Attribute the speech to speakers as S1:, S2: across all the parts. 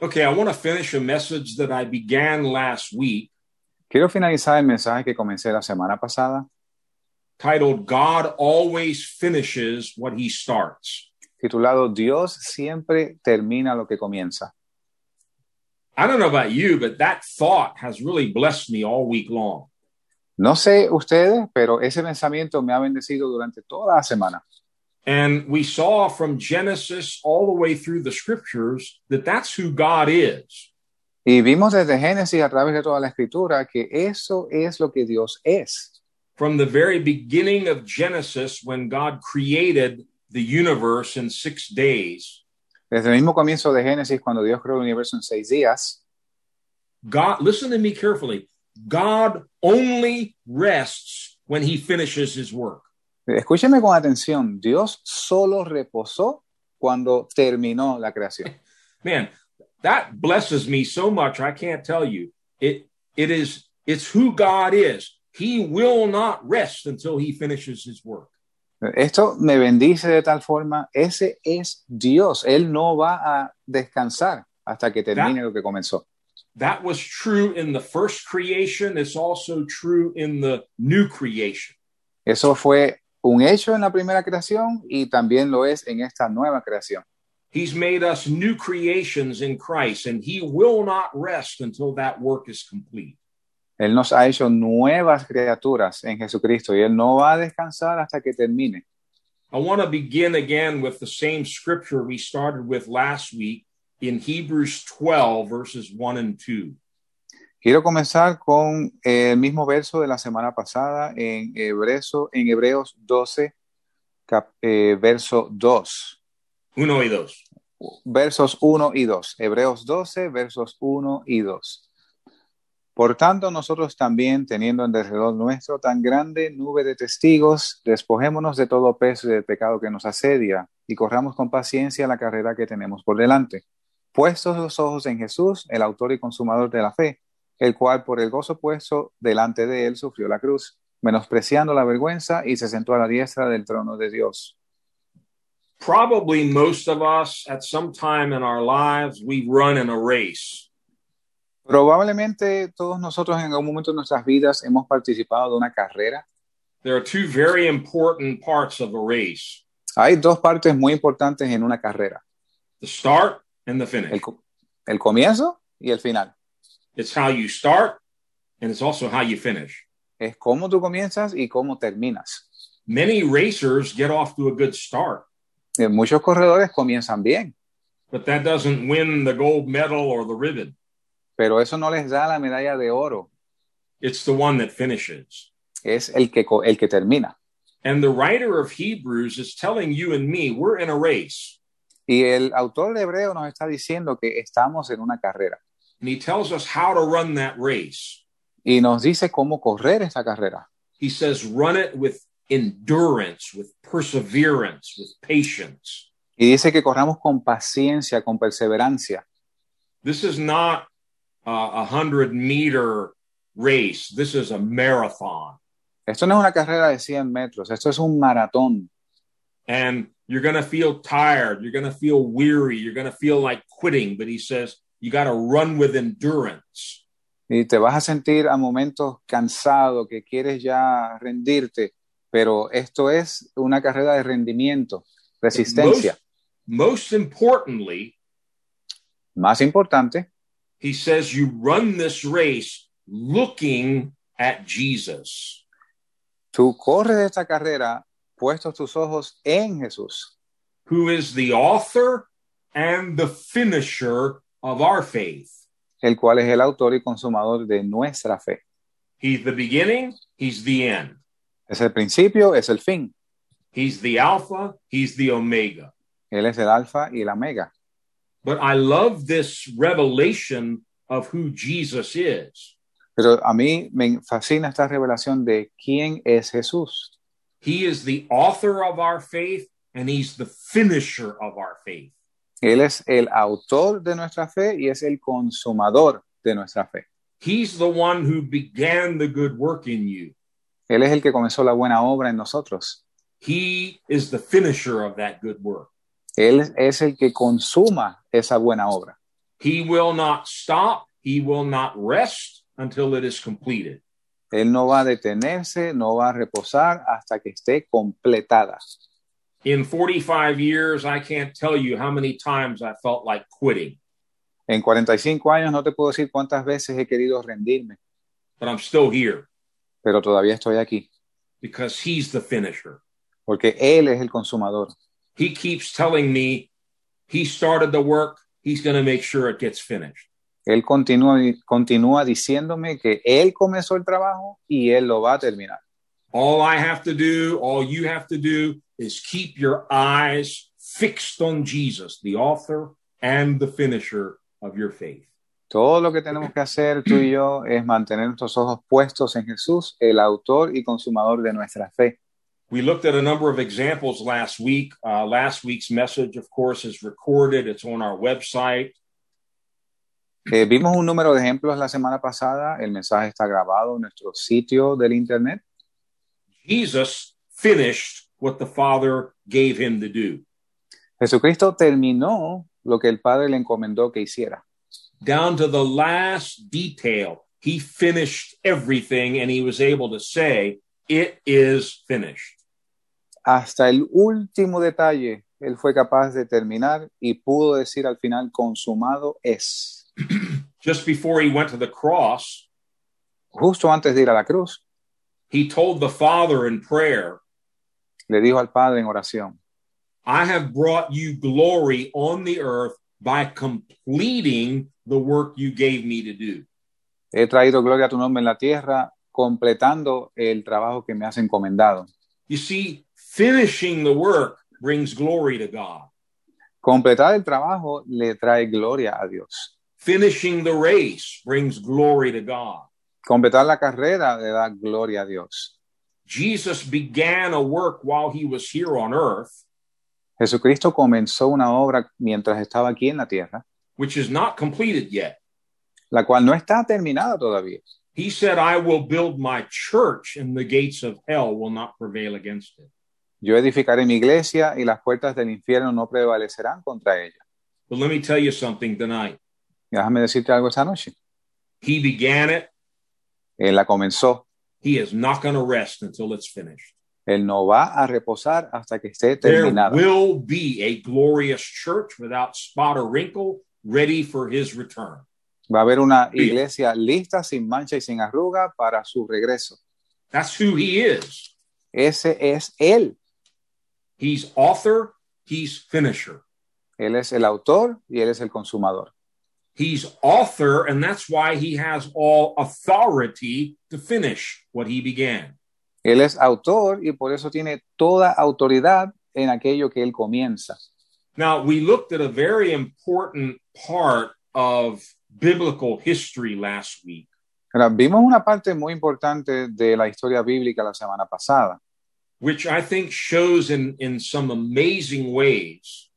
S1: Okay, I want to finish a message that I began last week
S2: Quiero finalizar el mensaje que comencé la semana pasada,
S1: titled God Always Finishes What He Starts.
S2: titulado Dios siempre termina lo que comienza.
S1: I don't know about you, but that thought has really blessed me all week long.
S2: No sé ustedes, pero ese pensamiento me ha bendecido durante toda la semana.
S1: And we saw from Genesis all the way through the scriptures that that's who God is.
S2: Y vimos desde Génesis a través de toda la escritura que eso es lo que Dios es.
S1: From the very beginning of Genesis, when God created the universe in six days,
S2: Desde el mismo comienzo de Génesis, cuando Dios creó el universo en seis días,
S1: God, listen to me carefully. God only rests when he finishes his work.
S2: escúcheme con atención, Dios solo reposó cuando terminó la creación.
S1: man that blesses me so much i can't tell you it it is it's who god is he will not rest until he finishes his work
S2: Esto me bendice de tal forma, ese es Dios, Él no va a descansar hasta que termine lo que comenzó.
S1: that was true in the first creation it's also true in the new creation
S2: Eso fue un hecho en la primera creación y también lo es en esta nueva creación.
S1: he's made us new creations in christ and he will not rest until that work is complete
S2: Él nos ha hecho nuevas criaturas en Jesucristo y Él no va a descansar hasta que termine.
S1: i want to begin again with the same scripture we started with last week in hebrews 12 verses 1 and 2
S2: Quiero comenzar con el mismo verso de la semana pasada en, Hebreso- en Hebreos 12, cap- eh, verso 2,
S1: uno y dos
S2: versos 1 y 2. Hebreos 12, versos 1 y 2. Por tanto, nosotros también, teniendo en derredor nuestro tan grande nube de testigos, despojémonos de todo peso y del pecado que nos asedia, y corramos con paciencia la carrera que tenemos por delante. Puestos los ojos en Jesús, el autor y consumador de la fe, el cual por el gozo puesto delante de él sufrió la cruz, menospreciando la vergüenza, y se sentó a la diestra del trono de Dios.
S1: probably most of us at some time in our lives we run in a race
S2: Probablemente todos nosotros en algún momento de nuestras vidas hemos participado de una carrera.
S1: there are two very important parts of a race
S2: Hay dos partes muy importantes en una carrera,
S1: the start and the
S2: el,
S1: finish
S2: co- el comienzo y el final.
S1: it's how you start and it's also how you finish
S2: Es cómo tú comienzas y cómo terminas.
S1: many racers get off to a good start
S2: Eh, Muchos corredores comienzan bien,
S1: but that doesn't win the gold medal or the ribbon
S2: pero eso no les da la medalla de oro.
S1: it's the one that finishes
S2: Es el que, co- el que termina.
S1: and the writer of hebrews is telling you and me we're in a race
S2: Y el autor de Hebreo nos está diciendo que estamos en una carrera
S1: and he tells us how to run that race
S2: y nos dice cómo correr esta carrera.
S1: he says run it with endurance with perseverance with patience
S2: Y dice que corramos con paciencia, con perseverancia.
S1: this is not uh, a hundred meter race this is a marathon
S2: Esto no es una carrera de 100 metros, esto es un maratón.
S1: and you're going to feel tired you're going to feel weary you're going to feel like quitting but he says you got to run with endurance
S2: Y te vas a sentir a momentos cansado, que quieres ya rendirte, pero esto es una carrera de rendimiento,
S1: But
S2: resistencia.
S1: most, most importantly
S2: Más importante,
S1: he says you run this race looking at jesus
S2: tú corres esta carrera puestos tus ojos en Jesús,
S1: who is the author and the finisher of our faith.
S2: el cual es el autor y consumador de nuestra fe.
S1: He's the beginning, he's the end.
S2: Es el principio, es el fin.
S1: He's the alpha, he's the omega.
S2: Él es el alfa y el omega.
S1: But I love this revelation of who Jesus is.
S2: Pero a mí me fascina esta revelación de quién es Jesús.
S1: He is the author of our faith and he's the finisher of our faith.
S2: Él es el autor de nuestra fe y es el consumador de nuestra fe.
S1: He's the one who began the good work in you.
S2: Él es el que comenzó la buena obra en nosotros.
S1: He is the finisher of that good work.
S2: Él es el que consuma esa buena obra.
S1: He will not stop. He will not rest until it is completed.
S2: Él no va a detenerse, no va a reposar hasta que esté completada.
S1: In 45 years, I can't tell you how many times I felt like quitting,
S2: En 45 años no te puedo decir cuántas veces he querido rendirme,
S1: but I'm still here
S2: pero todavía estoy aquí,
S1: because He's the finisher.
S2: porque Él es el consumador.
S1: He keeps telling me He started the work. He's going to make sure it gets finished.
S2: Él continúa, continúa diciéndome que Él comenzó el trabajo y Él lo va a terminar.
S1: All I have to do, all you have to do is keep your eyes fixed on Jesus, the author and the finisher of your faith.
S2: Todo lo que tenemos que hacer tú y yo es mantener nuestros ojos puestos en Jesús, el autor y consumador de nuestra fe.
S1: We looked at a number of examples last week. Uh, last week's message, of course, is recorded. It's on our website.
S2: Eh, vimos un número de ejemplos la semana pasada, el mensaje está grabado en nuestro sitio del Internet.
S1: Jesus finished what the Father gave him to do.
S2: Jesucristo terminó lo que el Padre le encomendó que hiciera.
S1: Down to the last detail, he finished everything and he was able to say, It is finished.
S2: Hasta el último detalle, él fue capaz de terminar y pudo decir al final, consumado es.
S1: Just before he went to the cross,
S2: Justo antes de ir a la cruz,
S1: he told the Father in prayer,
S2: le dijo al Padre en oración,
S1: I have brought you glory on the earth by completing the work you gave me to do.
S2: he traído gloria a tu nombre en la tierra, completando el trabajo que me has encomendado.
S1: You see, finishing the work brings glory to God.
S2: Completar el trabajo le trae gloria a Dios.
S1: Finishing the race brings glory to God.
S2: Completar la carrera le da gloria a Dios.
S1: Jesus began a work while he was here on earth,
S2: Jesucristo comenzó una obra mientras estaba aquí en la tierra,
S1: which is not completed yet.
S2: la cual no está terminada todavía.
S1: He said, I will build my church and the gates of hell will not prevail against it.
S2: Yo edificaré mi iglesia y las puertas del infierno no prevalecerán contra ella.
S1: But let me tell you something tonight.
S2: Déjame decirte algo esta noche.
S1: He began it.
S2: Él la comenzó.
S1: He is not going to rest until it's finished.
S2: Él no va a reposar hasta que esté
S1: There
S2: terminada.
S1: will be a glorious church without spot or wrinkle, ready for his return.
S2: Va a haber una iglesia lista, sin mancha y sin arruga para su regreso.
S1: That's who he is.
S2: Ese es Él.
S1: He's author, he's finisher.
S2: Él es el autor y Él es el consumador.
S1: He's author, and that's why he has all authority to finish what he began.
S2: Él es autor y por eso tiene toda autoridad en aquello que Él comienza.
S1: Now, we looked at a very important part of biblical history last week,
S2: Ahora, vimos una parte muy importante de la historia bíblica la semana pasada,
S1: which I think shows in, in some amazing ways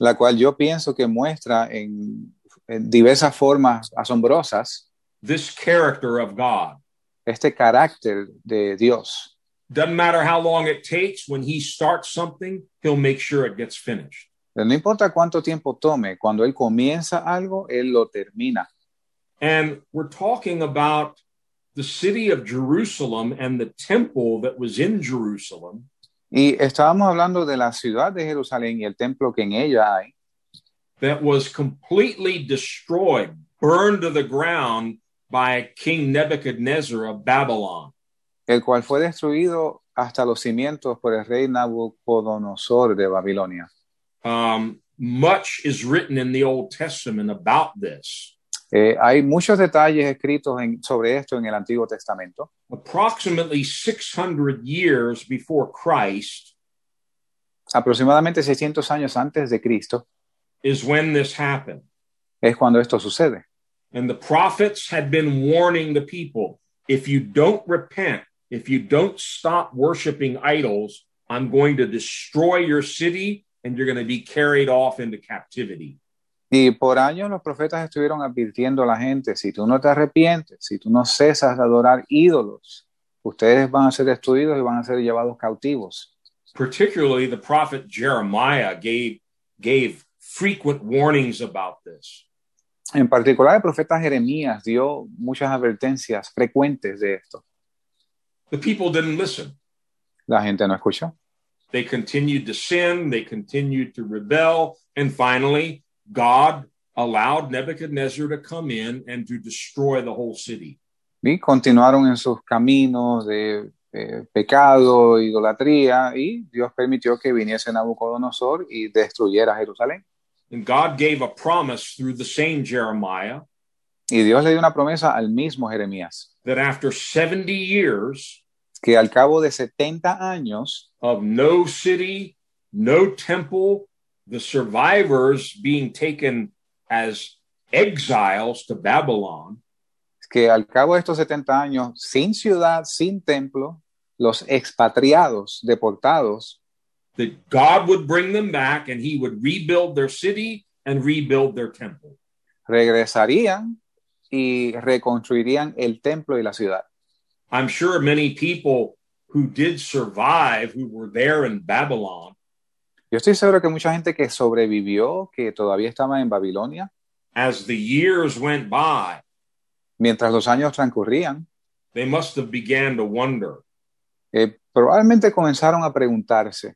S2: la cual yo pienso que muestra en, en diversas formas asombrosas
S1: this character of God.
S2: este carácter de Dios.
S1: Doesn't matter how long it takes, when he starts something, he'll make sure it gets finished.
S2: No importa cuánto tiempo tome, cuando Él comienza algo, Él lo termina.
S1: And we're talking about the city of Jerusalem and the temple that was in Jerusalem.
S2: Y estábamos hablando de la ciudad de Jerusalén y el templo que en ella hay,
S1: that was completely destroyed, burned to the ground by King Nebuchadnezzar of Babylon.
S2: el cual fue destruido hasta los cimientos por el rey Nabucodonosor de Babilonia.
S1: Um, much is written in the Old Testament about this.
S2: Eh, hay muchos detalles escritos en- sobre esto en el Antiguo Testamento.
S1: Approximately 600 years before Christ
S2: aproximadamente 600 años antes de Cristo
S1: is when this happened.
S2: es cuando esto sucede.
S1: And the prophets had been warning the people if you don't repent, if you don't stop worshiping idols, I'm going to destroy your city and you're going to be carried off into captivity.
S2: Y por años los profetas estuvieron advirtiendo a la gente, si tú no te arrepientes, si tú no cesas de adorar ídolos, ustedes van a ser destruidos y van a ser llevados cautivos.
S1: particularly the prophet Jeremiah gave gave frequent warnings about this.
S2: En particular, el profeta Jeremías dio muchas advertencias frecuentes de esto.
S1: The people didn't listen.
S2: La gente no escuchó.
S1: They continued to sin, they continued to rebel, and finally, God allowed Nebuchadnezzar to come in and to destroy the whole city.
S2: Y continuaron en sus caminos de eh, pecado, idolatría, y Dios permitió que viniese Nabucodonosor y destruyera Jerusalén.
S1: And God gave a promise through the same Jeremiah
S2: Y Dios le dio una promesa al mismo Jeremías,
S1: that after 70 years
S2: que al cabo de 70 años,
S1: of no city, no temple, the survivors being taken as exiles to Babylon,
S2: que al cabo de estos 70 años, sin ciudad, sin templo, los expatriados, deportados,
S1: that God would bring them back and he would rebuild their city and rebuild their temple.
S2: regresarían y reconstruirían el templo y la ciudad.
S1: I'm sure many people who did survive, who were there in Babylon,
S2: Yo estoy seguro que mucha gente que sobrevivió, que todavía estaba en Babilonia,
S1: as the years went by,
S2: mientras los años transcurrían,
S1: they must have began to wonder,
S2: eh, probablemente comenzaron a preguntarse,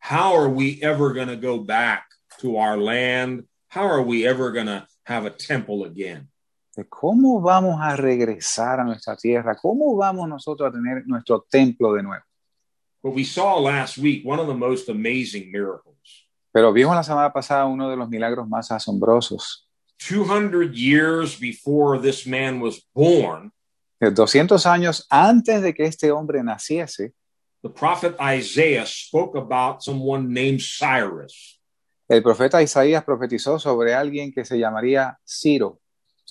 S1: how are we ever going to go back to our land? How are we ever going to have a temple again?
S2: de ¿cómo vamos a regresar a nuestra tierra? ¿Cómo vamos nosotros a tener nuestro templo de nuevo?
S1: But we saw last week one of the most amazing miracles.
S2: Pero vimos la semana pasada uno de los milagros más asombrosos.
S1: 200 years before this man was born,
S2: Eh, 200 años antes de que este hombre naciese,
S1: the prophet Isaiah spoke about someone named Cyrus.
S2: el profeta Isaías profetizó sobre alguien que se llamaría Ciro,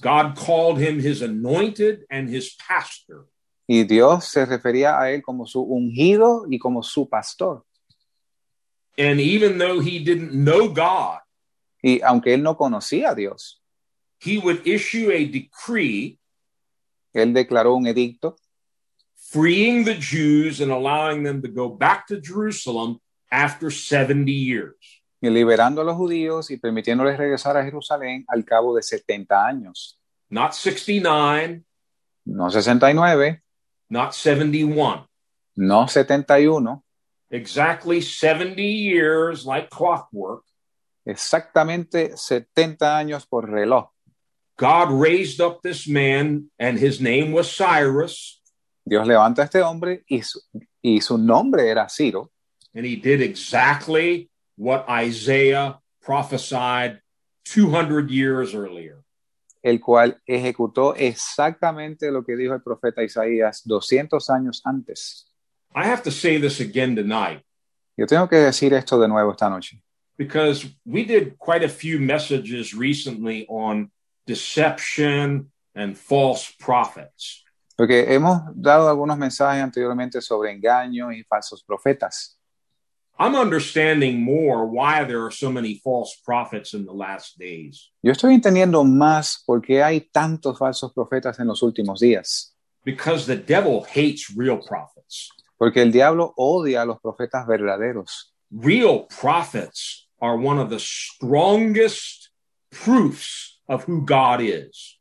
S1: God called him his anointed and his pastor.
S2: y Dios se refería a él como su ungido y como su pastor.
S1: And even though he didn't know God,
S2: Y aunque él no conocía a Dios,
S1: he would issue a decree
S2: él declaró un edicto
S1: freeing the Jews and allowing them to go back to Jerusalem after 70 years.
S2: y liberando a los judíos y permitiéndoles regresar a Jerusalén al cabo de 70 años,
S1: Not 69,
S2: no 69,
S1: not 71.
S2: no 71,
S1: exactly 70 years like clockwork,
S2: exactamente 70 años por reloj.
S1: God raised up this man, and his name was Cyrus,
S2: Dios levanta a este hombre y su, y su nombre era Ciro,
S1: and he did exactly what Isaiah prophesied 200 years earlier.
S2: el cual ejecutó exactamente lo que dijo el profeta Isaías 200 años antes.
S1: I have to say this again tonight
S2: Yo tengo que decir esto de nuevo esta noche,
S1: because we did quite a few messages recently on deception and false prophets.
S2: porque hemos dado algunos mensajes anteriormente sobre engaños y falsos profetas.
S1: I'm understanding more why there are so many false prophets in the last days.
S2: Yo estoy entendiendo más por qué hay tantos falsos profetas en los últimos días,
S1: because the devil hates real prophets.
S2: porque el diablo odia a los profetas verdaderos.
S1: Real prophets are one of the strongest proofs of who God is.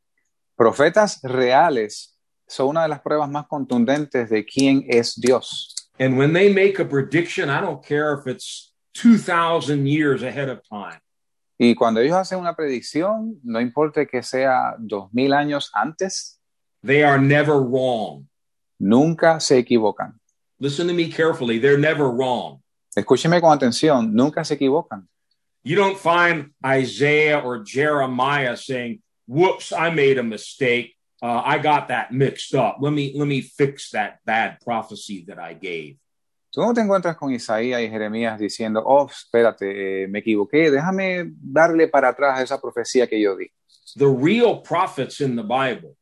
S2: Profetas reales son una de las pruebas más contundentes de quién es Dios.
S1: And when they make a prediction, I don't care if it's 2,000 years ahead of time,
S2: Y cuando ellos hacen una predicción, no importa que sea dos mil años antes,
S1: they are never wrong.
S2: nunca se equivocan.
S1: Listen to me carefully. They're never wrong.
S2: Escúcheme con atención, nunca se equivocan.
S1: You don't find Isaiah or Jeremiah saying, whoops, I made a mistake. Uh, I got that mixed up. Let me, let me fix that bad prophecy that I gave.
S2: Tú no te encuentras con Isaías y Jeremías diciendo, oh, espérate, eh, me equivoqué, déjame darle para atrás a esa profecía que yo di.
S1: the real prophets in the Bible.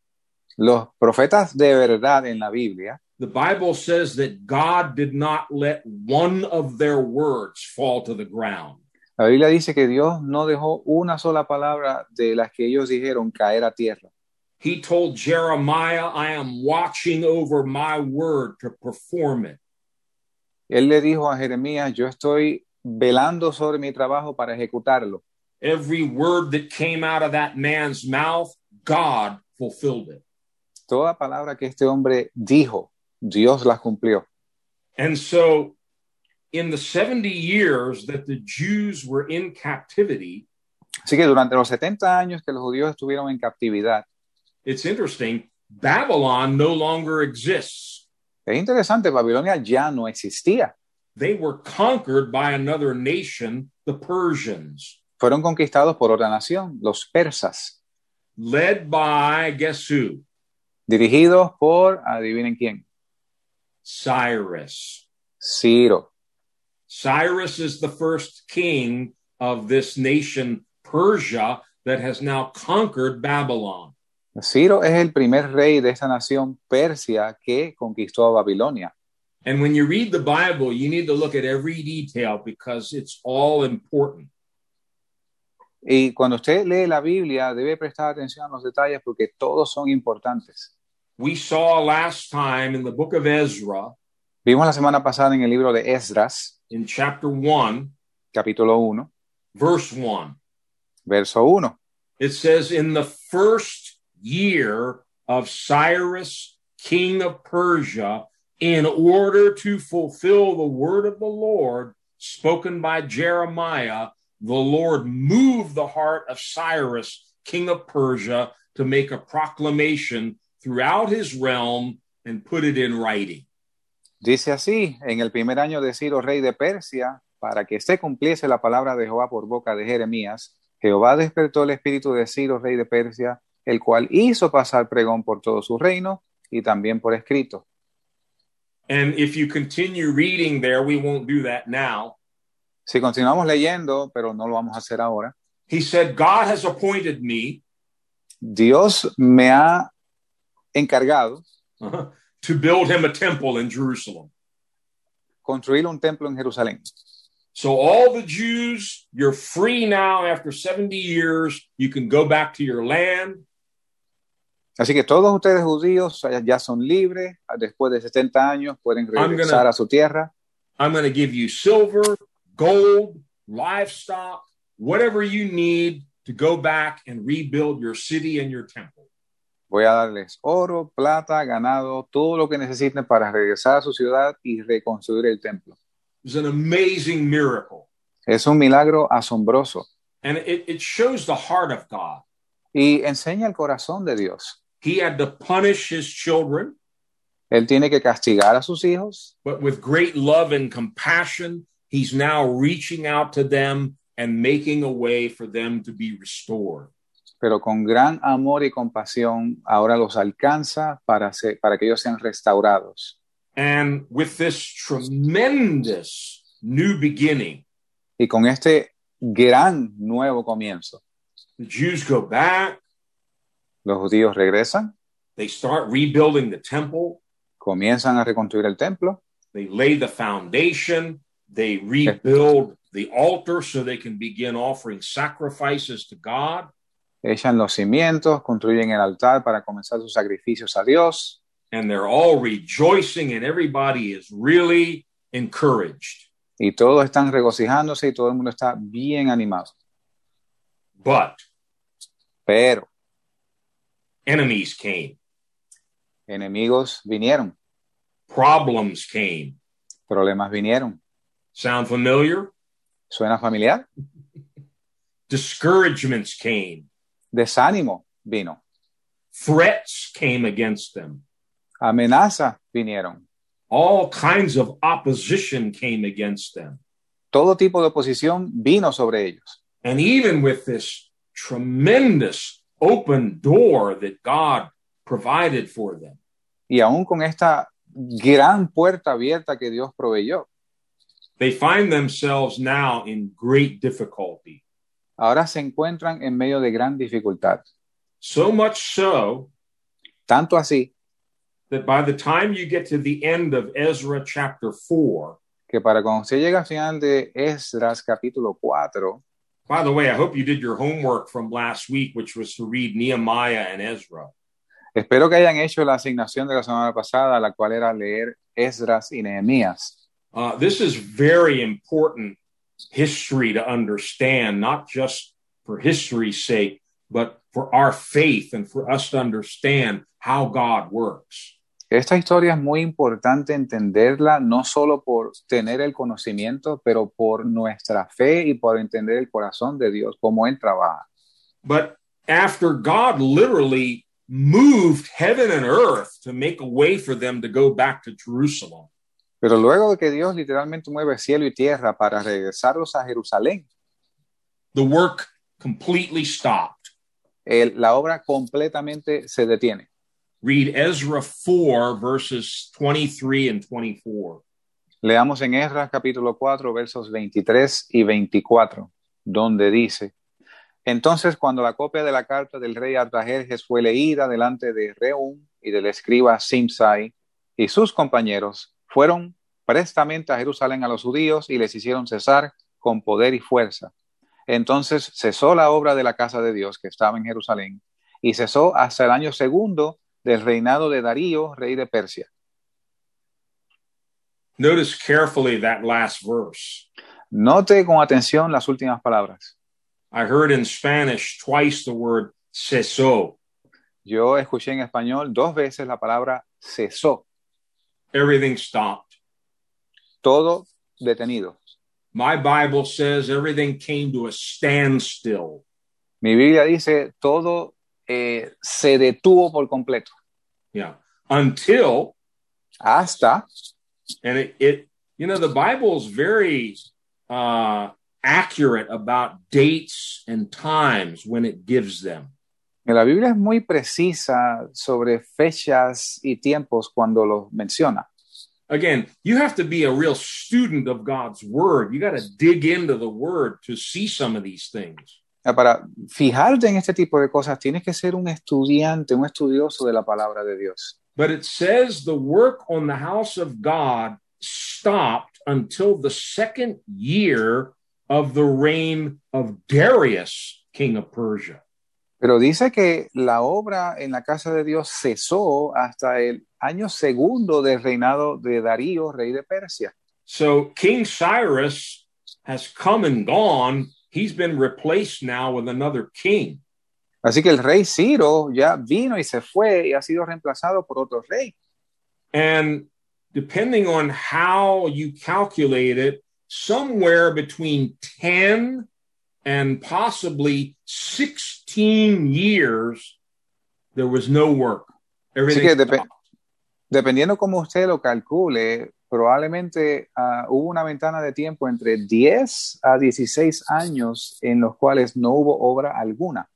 S2: Los profetas de verdad en la Biblia,
S1: The Bible says that God did not let one of their words fall to the ground.
S2: la Biblia dice que Dios no dejó una sola palabra de las que ellos dijeron caer a tierra.
S1: He told Jeremiah, I am watching over my word to perform it.
S2: Él le dijo a Jeremías, yo estoy velando sobre mi trabajo para ejecutarlo.
S1: Every word that came out of that man's mouth, God fulfilled it.
S2: Toda palabra que este hombre dijo, Dios la cumplió.
S1: And so, in the 70 years that the Jews were in captivity,
S2: Así que durante los 70 años que los judíos estuvieron en captividad,
S1: it's interesting, Babylon no longer exists.
S2: es interesante, Babilonia ya no existía.
S1: They were conquered by another nation, the Persians,
S2: Fueron conquistados por otra nación, los persas,
S1: led by, guess who?
S2: dirigidos por, adivinen quién,
S1: Cyrus.
S2: Ciro.
S1: Cyrus is the first king of this nation, Persia, that has now conquered Babylon.
S2: Ciro es el primer rey de esta nación persia que conquistó a Babilonia.
S1: And when you read the Bible, you need to look at every detail because it's all important.
S2: Y cuando usted lee la Biblia, debe prestar atención a los detalles porque todos son importantes.
S1: We saw last time in the book of Ezra,
S2: Vimos la semana pasada en el libro de Esdras,
S1: in chapter 1,
S2: capítulo 1,
S1: verse 1,
S2: verso 1.
S1: it says, In the first year of Cyrus, king of Persia, in order to fulfill the word of the Lord spoken by Jeremiah, the Lord moved the heart of Cyrus, king of Persia, to make a proclamation throughout his realm and put it in writing.
S2: Dice así, en el primer año de Ciro, rey de Persia, para que se cumpliese la palabra de Jehová por boca de Jeremías, Jehová despertó el espíritu de Ciro, rey de Persia, el cual hizo pasar pregón por todo su reino y también por escrito.
S1: And if you continue reading there, we won't do that now.
S2: Si continuamos leyendo, pero no lo vamos a hacer ahora,
S1: He said, God has appointed me
S2: Dios me ha encargado
S1: uh-huh, to build him a temple in Jerusalem.
S2: construir un templo en Jerusalén.
S1: So, all the Jews, you're free now after 70 years. You can go back to your land.
S2: Así que todos ustedes judíos ya- ya son libres, después de 70 años pueden
S1: gonna-
S2: regresar a su tierra.
S1: I'm going to give you silver, gold, livestock, whatever you need to go back and rebuild your city and your temple.
S2: Voy a darles oro, plata, ganado, todo lo que necesiten para regresar a su ciudad y reconstruir el templo.
S1: It was an amazing miracle.
S2: Es un milagro asombroso
S1: And it, it shows the heart of God.
S2: y enseña el corazón de Dios.
S1: He had to punish his children
S2: Él tiene que castigar a sus hijos,
S1: but with great love and compassion, he's now reaching out to them and making a way for them to be restored.
S2: pero con gran amor y compasión ahora los alcanza para, se- para que ellos sean restaurados.
S1: And with this tremendous new beginning,
S2: Y con este gran nuevo comienzo,
S1: the Jews go back,
S2: los judíos regresan,
S1: they start rebuilding the temple,
S2: comienzan a reconstruir el templo,
S1: they lay the foundation, they rebuild the altar so they can begin offering sacrifices to God.
S2: echan los cimientos, construyen el altar para comenzar sus sacrificios a Dios.
S1: And they're all rejoicing, and everybody is really encouraged.
S2: y todos están regocijándose y todo el mundo está bien animado.
S1: But
S2: Pero
S1: enemies came.
S2: enemigos vinieron,
S1: problems came.
S2: problemas vinieron.
S1: Sound familiar?
S2: ¿Suena familiar?
S1: Discouragements came.
S2: Desánimo vino,
S1: Threats came against them.
S2: amenazas vinieron,
S1: All kinds of opposition came against them.
S2: todo tipo de oposición vino sobre ellos.
S1: And even with this tremendous open door that God provided for them,
S2: Y aún con esta gran puerta abierta que Dios proveyó,
S1: they find themselves now in great difficulty.
S2: ahora se encuentran en medio de gran dificultad.
S1: So much so
S2: Tanto así
S1: that by the time you get to the end of Ezra chapter 4,
S2: que para cuando usted llega al final de Esdras capítulo 4,
S1: By the way, I hope you did your homework from last week, which was to read Nehemiah and Ezra.
S2: Espero que hayan hecho la asignación de la semana pasada, la cual era leer Esdras y Nehemías.
S1: Uh, this is very important history to understand, not just for history's sake, but for our faith and for us to understand how God works.
S2: Esta historia es muy importante entenderla, no solo por tener el conocimiento, pero por nuestra fe y por entender el corazón de Dios, cómo Él trabaja.
S1: But after God literally moved heaven and earth to make a way for them to go back to Jerusalem,
S2: Pero luego de que Dios literalmente mueve cielo y tierra para regresarlos a Jerusalén,
S1: the work completely stopped.
S2: el- la obra completamente se detiene.
S1: Read Ezra 4, verses 23 and 24.
S2: Leamos en Esdras capítulo 4 versos 23 y 24, donde dice, Entonces cuando la copia de la carta del rey Artajerjes fue leída delante de Reum y del escriba Simsai y sus compañeros, fueron prestamente a Jerusalén a los judíos y les hicieron cesar con poder y fuerza. Entonces cesó la obra de la casa de Dios que estaba en Jerusalén y cesó hasta el año segundo del reinado de Darío, rey de Persia.
S1: Notice carefully that last verse.
S2: Note con atención las últimas palabras.
S1: I heard in Spanish twice the word cesó.
S2: Yo escuché en español dos veces la palabra cesó,
S1: Everything stopped.
S2: todo detenido.
S1: My Bible says everything came to a standstill.
S2: Mi Biblia dice todo eh, se detuvo por completo
S1: Yeah. Until,
S2: hasta
S1: and it, it you know, the Bible is very uh, accurate about dates and times when it gives them.
S2: la Biblia es muy precisa sobre fechas y tiempos cuando los menciona.
S1: again, you have to be a real student of God's word. You got to dig into the word to see some of these things.
S2: Ah, Para fijarte en este tipo de cosas tienes que ser un estudiante, un estudioso de la palabra de Dios.
S1: But it says the work on the house of God stopped until the second year of the reign of Darius, king of Persia.
S2: Pero dice que la obra en la casa de Dios cesó hasta el año segundo del reinado de Darío, rey de Persia.
S1: So King Cyrus has come and gone. He's been replaced now with another king.
S2: Así que el rey Ciro ya vino y se fue y ha sido reemplazado por otro rey.
S1: And depending on how you calculate it, somewhere between 10 and possibly 16 years, there was no work. Everything
S2: Así que depe-
S1: stopped.
S2: Dependiendo cómo usted lo calcule, probablemente ah, hubo una ventana de tiempo entre 10 a 16 años en los cuales no hubo obra alguna.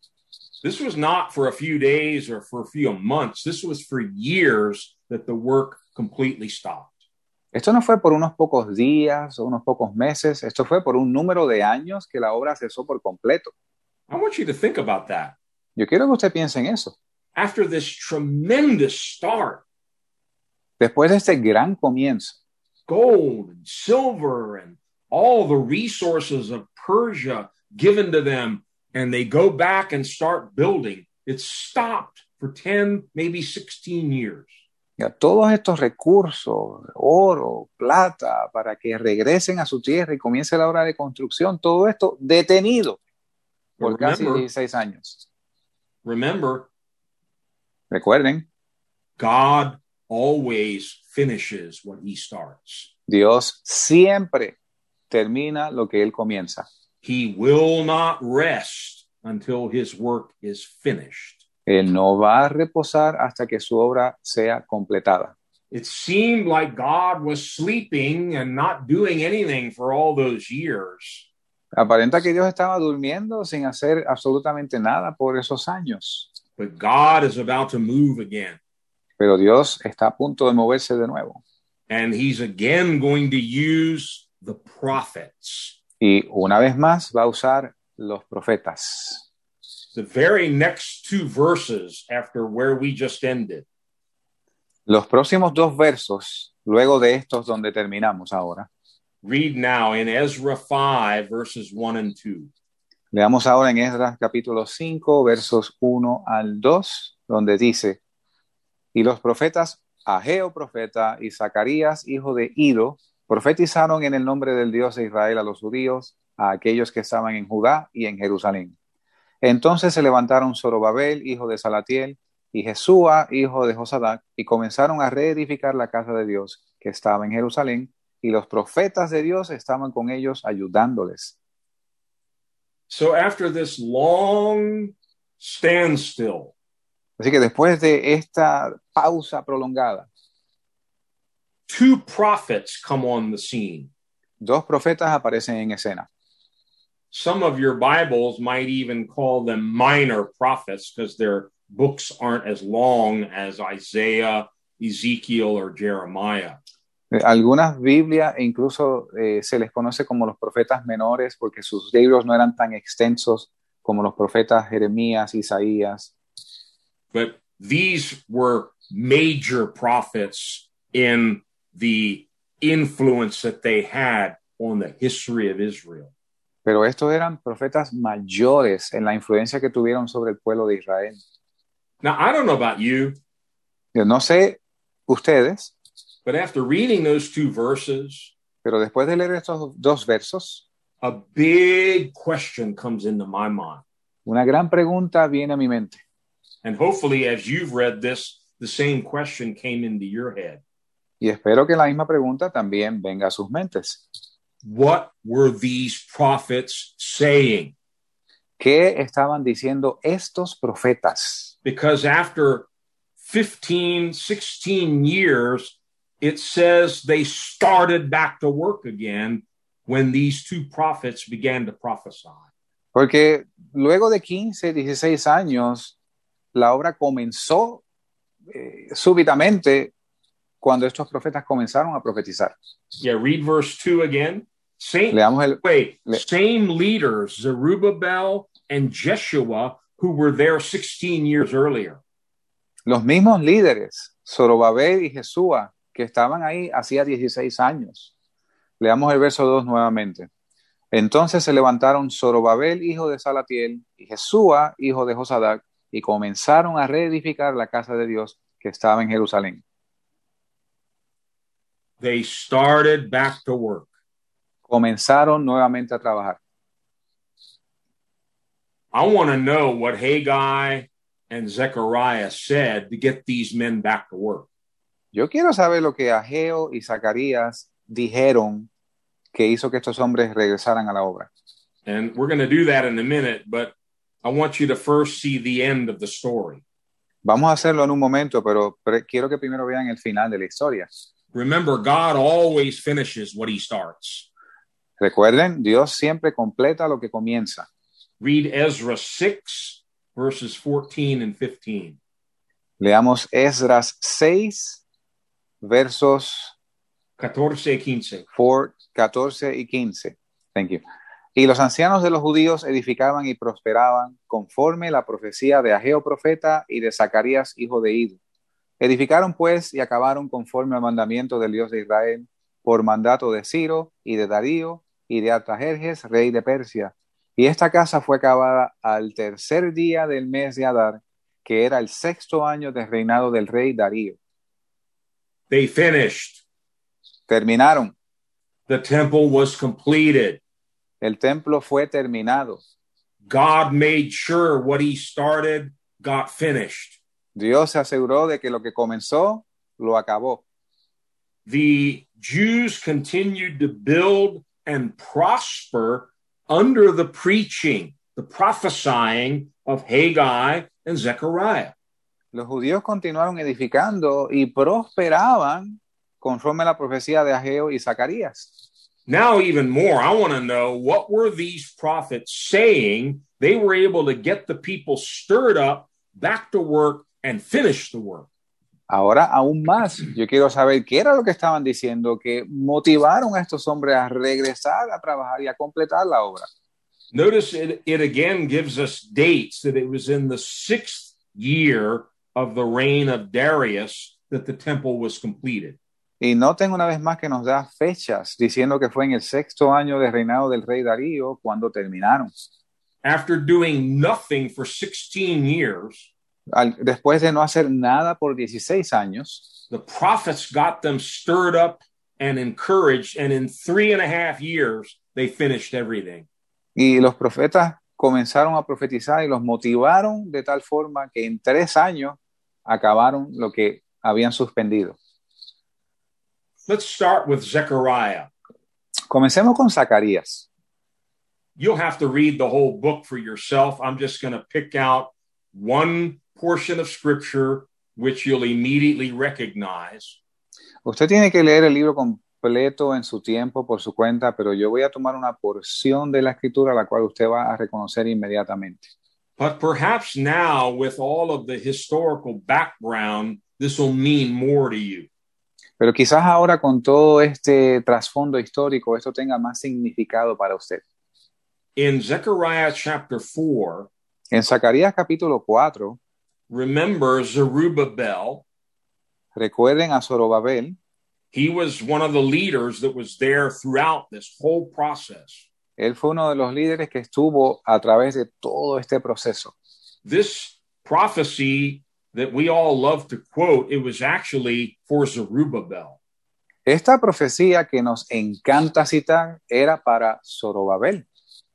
S1: This was not for a few days or for a few months. This was for years that the work completely stopped.
S2: Esto no fue por unos pocos días o unos pocos meses, esto fue por un número de años que la obra cesó por completo.
S1: I want you to think about that.
S2: Yo quiero que usted piense en eso.
S1: After this tremendous start,
S2: Después de este gran comienzo,
S1: gold and silver and all the resources of Persia given to them, and they go back and start building. It's stopped for 10, maybe 16 years.
S2: Ya, todos estos recursos, oro, plata, para que regresen a su tierra y comience la obra de construcción, todo esto detenido por casi
S1: Remember,
S2: 16 años.
S1: remember,
S2: Recuerden,
S1: God always finishes what he starts.
S2: Dios siempre termina lo que Él comienza.
S1: He will not rest until his work is finished.
S2: Él no va a reposar hasta que su obra sea completada.
S1: It seemed like God was sleeping and not doing anything for all those years.
S2: Aparenta que Dios estaba durmiendo sin hacer absolutamente nada por esos años,
S1: but God is about to move again.
S2: pero Dios está a punto de moverse de nuevo.
S1: And he's again going to use the prophets.
S2: Y una vez más va a usar los profetas.
S1: The very next two verses after where we just ended
S2: Los próximos dos versos, luego de estos donde terminamos ahora,
S1: read now in Ezra 5, verses 1 and 2.
S2: leamos ahora en Esdras capítulo 5, versos 1 al 2, donde dice, y los profetas Ageo profeta y Zacarías hijo de Ido profetizaron en el nombre del Dios de Israel a los judíos, a aquellos que estaban en Judá y en Jerusalén. Entonces se levantaron Zorobabel, hijo de Salatiel, y Jesúa, hijo de Josadac, y comenzaron a reedificar la casa de Dios que estaba en Jerusalén, y los profetas de Dios estaban con ellos ayudándoles.
S1: So after this long standstill,
S2: Así que después de esta pausa prolongada,
S1: two prophets come on the scene.
S2: dos profetas aparecen en escena.
S1: Some of your Bibles might even call them minor prophets because their books aren't as long as Isaiah, Ezekiel, or Jeremiah.
S2: Eh, Algunas Biblias e incluso eh, se les conoce como los profetas menores porque sus libros no eran tan extensos como los profetas Jeremías, Isaías.
S1: But these were major prophets in the influence that they had on the history of Israel.
S2: Pero estos eran profetas mayores en la influencia que tuvieron sobre el pueblo de Israel.
S1: Now, I don't know about you,
S2: Yo no sé ustedes,
S1: but after reading those two verses,
S2: pero después de leer estos dos versos,
S1: a big question comes into my mind.
S2: una gran pregunta viene a mi mente.
S1: And hopefully, as you've read this, the same question came into your head.
S2: Y espero que la misma pregunta también venga a sus mentes.
S1: What were these prophets saying?
S2: ¿Qué estaban diciendo estos profetas?
S1: Because after 15, 16 years, it says they started back to work again when these two prophets began to prophesy.
S2: Porque luego de 15, 16 años, la obra comenzó eh, súbitamente cuando estos profetas comenzaron a profetizar.
S1: Yeah, read verse 2 again. Same,
S2: Leamos el,
S1: Wait,
S2: Le-
S1: same leaders, Zerubbabel and Jeshua, who were there 16 years earlier.
S2: los mismos líderes, Zorobabel y Jesúa, que estaban ahí hacía 16 años. Leamos el verso 2 nuevamente. Entonces se levantaron Zorobabel, hijo de Salatiel, y Jesúa, hijo de Josadac, y comenzaron a reedificar la casa de Dios que estaba en Jerusalén.
S1: They started back to work.
S2: Comenzaron nuevamente a trabajar.
S1: I want to know what Haggai and Zechariah said to get these men back to work.
S2: Yo quiero saber lo que Ageo y Zacarías dijeron que hizo que estos hombres regresaran a la obra.
S1: And we're going to do that in a minute, but I want you to first see the end of the story.
S2: Vamos a hacerlo en un momento, pero pre- quiero que primero vean el final de la historia.
S1: Remember, God always finishes what he starts.
S2: Recuerden, Dios siempre completa lo que comienza.
S1: Read Ezra 6, verses 14 and 15.
S2: Leamos Esdras 6, versos
S1: 14, 15.
S2: 4, 14 y 15. Thank you. Y los ancianos de los judíos edificaban y prosperaban conforme la profecía de Ageo profeta y de Zacarías hijo de Ido. Edificaron pues y acabaron conforme al mandamiento del Dios de Israel por mandato de Ciro y de Darío y de Artajerjes rey de Persia. Y esta casa fue acabada al tercer día del mes de Adar, que era el sexto año del reinado del rey Darío.
S1: They finished.
S2: Terminaron.
S1: The temple was completed.
S2: El templo fue terminado.
S1: God made sure what he started got finished.
S2: Dios se aseguró de que lo que comenzó lo acabó.
S1: the Jews continued to build and prosper under the preaching, the prophesying of Haggai and Zechariah.
S2: Los judíos continuaron edificando y prosperaban conforme la profecía de Ageo y Zacarías.
S1: Now, even more, I want to know what were these prophets saying? They were able to get the people stirred up, back to work, and finish the work.
S2: Ahora aún más, yo quiero saber qué era lo que estaban diciendo que motivaron a estos hombres a regresar a trabajar y a completar la obra.
S1: Notice it, it again gives us dates that it was in the sixth year of the reign of Darius that the temple was completed.
S2: Y noten una vez más que nos da fechas diciendo que fue en el sexto año del reinado del rey Darío cuando terminaron.
S1: after doing nothing for 16 years,
S2: Al- después de no hacer nada por 16 años,
S1: the prophets got them stirred up and encouraged. And in three and a half years, they finished everything.
S2: Y los profetas comenzaron a profetizar y los motivaron de tal forma que en tres años acabaron lo que habían suspendido.
S1: Let's start with Zechariah.
S2: Comencemos con Zacarías.
S1: You'll have to read the whole book for yourself. I'm just going to pick out one portion of scripture which you'll immediately recognize.
S2: Usted tiene que leer el libro completo en su tiempo, por su cuenta, pero yo voy a tomar una porción de la escritura la cual usted va a reconocer inmediatamente.
S1: But perhaps now, with all of the historical background, this will mean more to you.
S2: Pero quizás ahora con todo este trasfondo histórico esto tenga más significado para usted.
S1: In Zechariah chapter 4,
S2: En Zacarías capítulo 4,
S1: remember Zerubbabel.
S2: recuerden a Zorobabel,
S1: He was one of the leaders that was there throughout this whole process.
S2: él fue uno de los líderes que estuvo a través de todo este proceso.
S1: This prophecy that we all love to quote, it was actually for Zerubbabel.
S2: Esta profecía que nos encanta citar era para Zorobabel.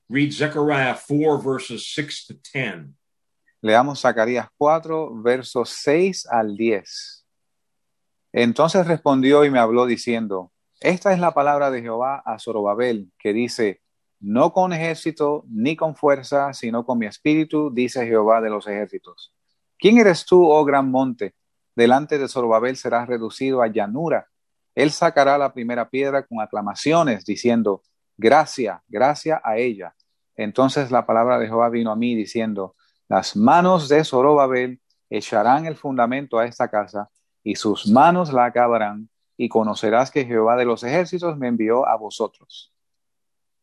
S1: Read Zechariah 4, verses 6 to 10.
S2: Leamos Zacarías 4, versos 6 al 10. Entonces respondió y me habló diciendo, Esta es la palabra de Jehová a Zorobabel, que dice, No con ejército ni con fuerza, sino con mi espíritu, dice Jehová de los ejércitos. ¿Quién eres tú, oh gran monte? Delante de Zorobabel serás reducido a llanura. Él sacará la primera piedra con aclamaciones, diciendo, Gracia, gracia a ella. Entonces la palabra de Jehová vino a mí diciendo, las manos de Zorobabel echarán el fundamento a esta casa, y sus manos la acabarán, y conocerás que Jehová de los ejércitos me envió a vosotros.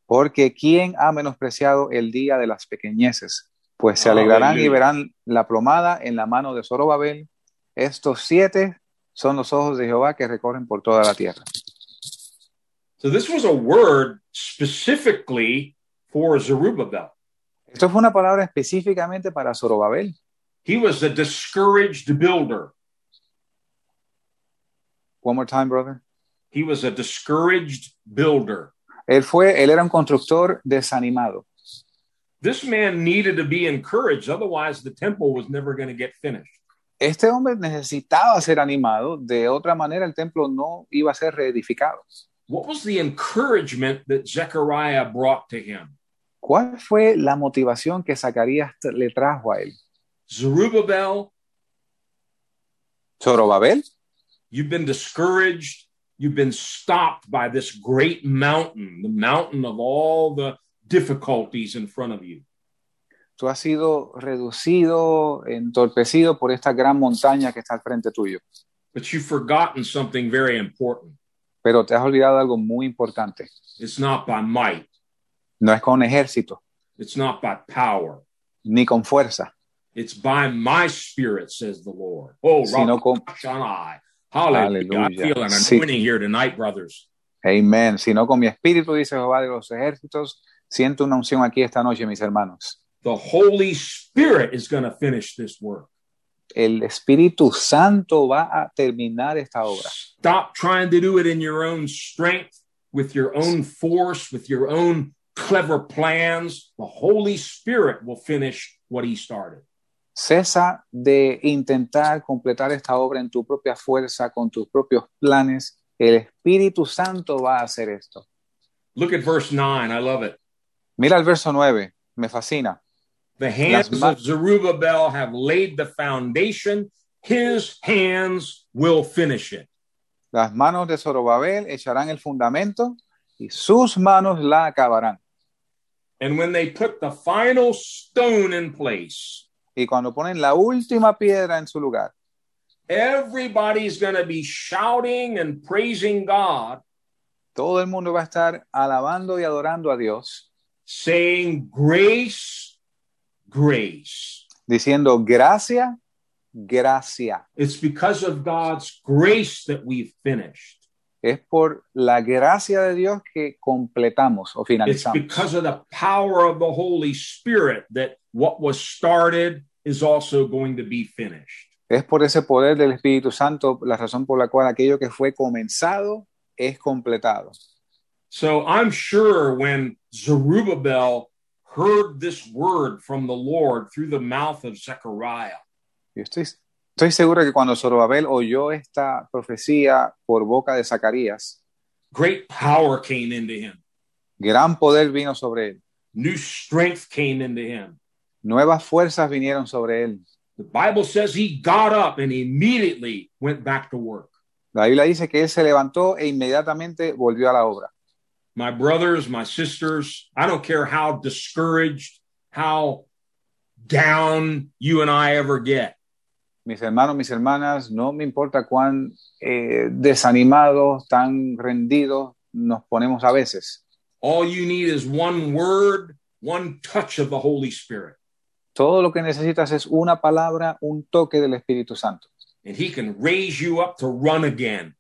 S2: Porque ¿quién ha menospreciado el día de las pequeñeces? Pues se alegrarán y
S1: Aleluya.
S2: verán la plomada en la mano de Zorobabel. Estos siete son los ojos de Jehová que recorren por toda la tierra.
S1: So this was a word specifically for Zerubbabel.
S2: Esto fue una palabra específicamente para Zorobabel.
S1: He was a discouraged builder.
S2: One more time, brother.
S1: He was a discouraged builder.
S2: Él fue, él era un constructor desanimado.
S1: This man needed to be encouraged, otherwise, the temple was never going to get finished.
S2: este hombre necesitaba ser animado, de otra manera el templo no iba a ser reedificado.
S1: What was the encouragement that Zechariah brought to him?
S2: ¿Cuál fue la motivación que Zacarías t- le trajo a él?
S1: Zerubbabel,
S2: Zorobabel,
S1: you've been discouraged. You've been stopped by this great mountain, the mountain of all the difficulties in front of you.
S2: tú has sido reducido, entorpecido por esta gran montaña que está al frente tuyo,
S1: But you've forgotten something very important.
S2: pero te has olvidado de algo muy importante.
S1: It's not by might,
S2: No es con ejército,
S1: it's not by power,
S2: ni con fuerza,
S1: it's by my spirit, says the Lord. Oh,
S2: sino
S1: Rock,
S2: con,
S1: Hallelujah. Hallelujah. I
S2: Hallelujah.
S1: feel an
S2: Sí.
S1: anointing here tonight, brothers.
S2: amen, sino con mi espíritu, dice Jehová de los ejércitos. Siento una unción aquí esta noche, mis hermanos.
S1: The Holy Spirit is going to finish this work.
S2: El Espíritu Santo va a terminar esta obra.
S1: Stop trying to do it in your own strength, with your own force, with your own clever plans. The Holy Spirit will finish what he started.
S2: Cesa de intentar completar esta obra en tu propia fuerza, con tus propios planes. El Espíritu Santo va a hacer esto.
S1: Look at verse 9. I love it.
S2: Mira el verso 9, me fascina.
S1: The hands
S2: ma-
S1: of Zerubbabel have laid the foundation. His hands will finish it.
S2: Las manos de Zorobabel echarán el fundamento y sus manos la acabarán.
S1: And when they put the final stone in place,
S2: Y cuando ponen la última piedra en su lugar,
S1: everybody's going to be shouting and praising God,
S2: todo el mundo va a estar alabando y adorando a Dios,
S1: saying, Grace, grace.
S2: diciendo gracia, gracia.
S1: It's because of God's grace that we've finished.
S2: Es por la gracia de Dios que completamos o
S1: It's
S2: finalizamos.
S1: because of the power of the Holy Spirit that what was started is also going to be finished.
S2: Es por ese poder del Espíritu Santo la razón por la cual aquello que fue comenzado es completado.
S1: So I'm sure when Zerubbabel heard this word from the Lord through the mouth of Zechariah.
S2: Yo estoy, estoy seguro que cuando Zorobabel oyó esta profecía por boca de Zacarías,
S1: Great power came into him,
S2: gran poder vino sobre él,
S1: new strength came into him.
S2: nuevas fuerzas vinieron sobre él.
S1: The Bible says he got up and immediately went back to work.
S2: La Biblia dice que él se levantó e inmediatamente volvió a la obra.
S1: My brothers, my sisters, I don't care how discouraged, how down you and I ever get.
S2: Mis hermanos, mis hermanas, no me importa cuán eh, desanimados, tan rendidos nos ponemos a veces.
S1: All you need is one word, one touch of the Holy Spirit,
S2: Todo lo que necesitas es una palabra, un toque del Espíritu Santo.
S1: and he can raise you up to run again.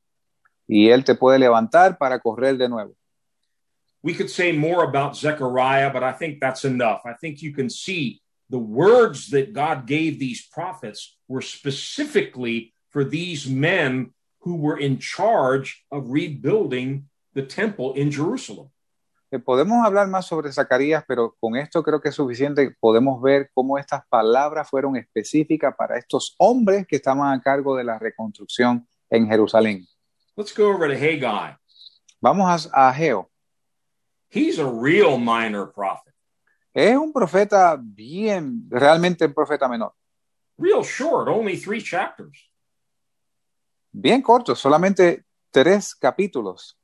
S2: Y él te puede levantar para correr de nuevo.
S1: We could say more about Zechariah, but I think that's enough. I think you can see the words that God gave these prophets were specifically for these men who were in charge of rebuilding the temple in Jerusalem.
S2: Eh, Podemos hablar más sobre Zacarías, pero con esto creo que es suficiente. Podemos ver cómo estas palabras fueron específicas para estos hombres que estaban a cargo de la reconstrucción en Jerusalén.
S1: Let's go over to Haggai.
S2: Vamos a, a Geo.
S1: He's a real minor prophet,
S2: Es un profeta bien, realmente un profeta menor,
S1: real short, only three chapters.
S2: bien corto, solamente tres capítulos.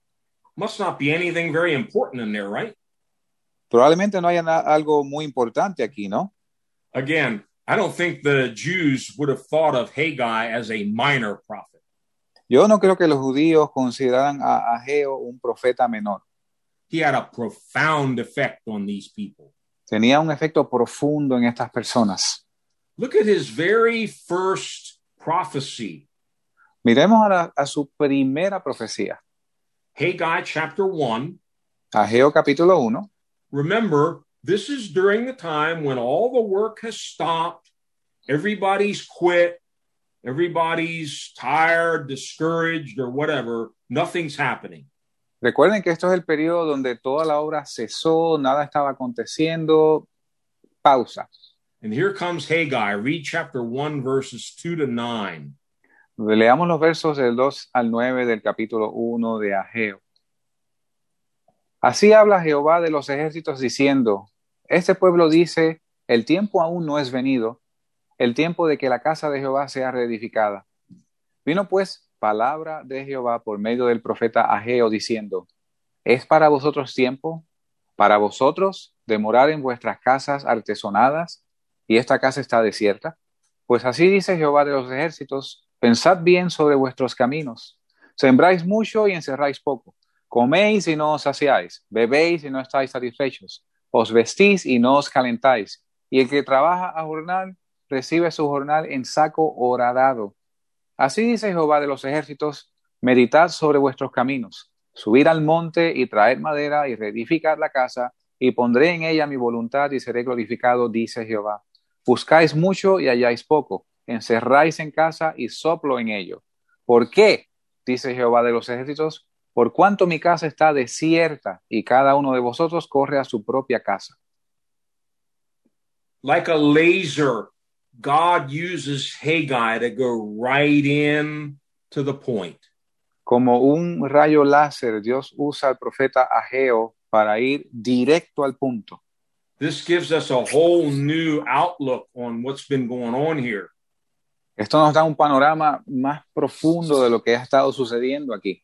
S1: Must not be anything very important in there, right?
S2: Probablemente no haya na- algo muy importante aquí, ¿no?
S1: Again, I don't think the Jews would have thought of Haggai as a minor prophet.
S2: Yo no creo que los judíos consideraran a Ageo un profeta menor.
S1: he had a profound effect on these people.
S2: Tenía un efecto profundo en estas personas.
S1: Look at his very first prophecy,
S2: Miremos a, la- a su primera profecía,
S1: Haggai chapter 1.
S2: Ageo capítulo 1.
S1: Remember, this is during the time when all the work has stopped, everybody's quit, everybody's tired, discouraged, or whatever, nothing's happening.
S2: Recuerden que esto es el periodo donde toda la obra cesó, nada estaba aconteciendo. Pausa.
S1: And here comes Haggai. Read chapter 1, verses 2 to 9.
S2: Leamos los versos del 2 al 9 del capítulo 1 de Ageo. Así habla Jehová de los ejércitos diciendo, este pueblo dice, el tiempo aún no es venido, el tiempo de que la casa de Jehová sea reedificada. Vino pues palabra de Jehová por medio del profeta Ageo diciendo, ¿es para vosotros tiempo, para vosotros, de morar en vuestras casas artesonadas y esta casa está desierta? Pues así dice Jehová de los ejércitos, pensad bien sobre vuestros caminos. Sembráis mucho y encerráis poco. Coméis y no os saciáis. Bebéis y no estáis satisfechos. Os vestís y no os calentáis. Y el que trabaja a jornal, recibe su jornal en saco horadado. Así dice Jehová de los ejércitos, meditad sobre vuestros caminos. Subid al monte y traed madera y reedificad la casa, y pondré en ella mi voluntad y seré glorificado, dice Jehová. Buscáis mucho y halláis poco, encerráis en casa y soplo en ello. ¿Por qué? dice Jehová de los ejércitos, por cuanto mi casa está desierta y cada uno de vosotros corre a su propia casa.
S1: like a laser, God uses Haggai to go right in to the point.
S2: Como un rayo láser, Dios usa al profeta Ageo para ir directo al punto.
S1: This gives us a whole new outlook on what's been going on here.
S2: Esto nos da un panorama más profundo de lo que ha estado sucediendo aquí.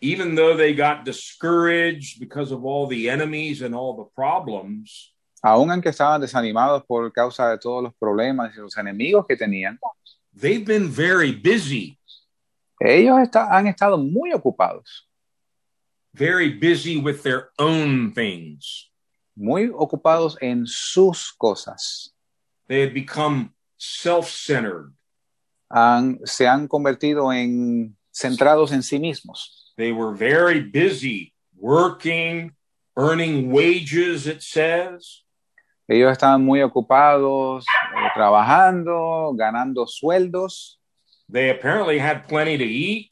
S1: Even though they got discouraged because of all the enemies and all the problems,
S2: Aun aunque estaban desanimados por causa de todos los problemas y los enemigos que tenían,
S1: they've been very busy,
S2: ellos está- han estado muy ocupados.
S1: very busy with their own things.
S2: muy ocupados en sus cosas.
S1: They had become self centered,
S2: Han- se han convertido en centrados en sí mismos.
S1: they were very busy working, earning wages, it says.
S2: Ellos estaban muy ocupados eh, trabajando, ganando sueldos.
S1: They apparently had plenty to eat,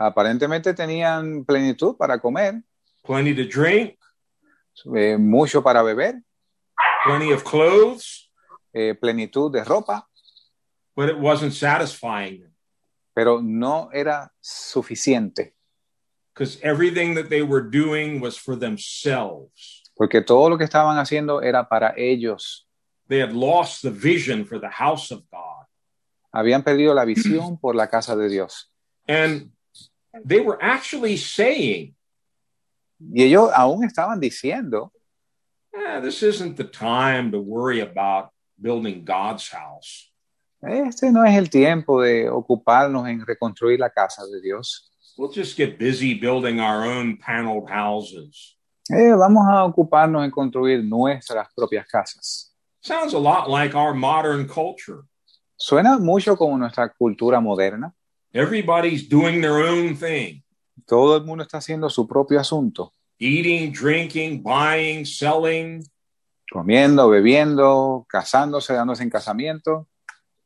S2: Aparentemente tenían plenitud para comer,
S1: plenty to drink,
S2: eh, mucho para beber,
S1: plenty of clothes,
S2: eh, plenitud de ropa,
S1: but it wasn't satisfying them
S2: pero no era suficiente,
S1: because everything that they were doing was for themselves.
S2: porque todo lo que estaban haciendo era para ellos.
S1: They had lost the vision for the house of God.
S2: Habían perdido la visión por la casa de Dios.
S1: And they were actually saying,
S2: Y ellos aún estaban diciendo,
S1: eh, this isn't the time to worry about building God's house.
S2: este no es el tiempo de ocuparnos en reconstruir la casa de Dios.
S1: We'll just get busy building our own paneled houses.
S2: Eh, vamos a ocuparnos en construir nuestras propias casas.
S1: Sounds a lot like our modern culture.
S2: Suena mucho como nuestra cultura moderna.
S1: Everybody's doing their own thing
S2: Todo el mundo está haciendo su propio asunto,
S1: eating, drinking, buying, selling,
S2: comiendo, bebiendo, casándose, dándose en casamiento.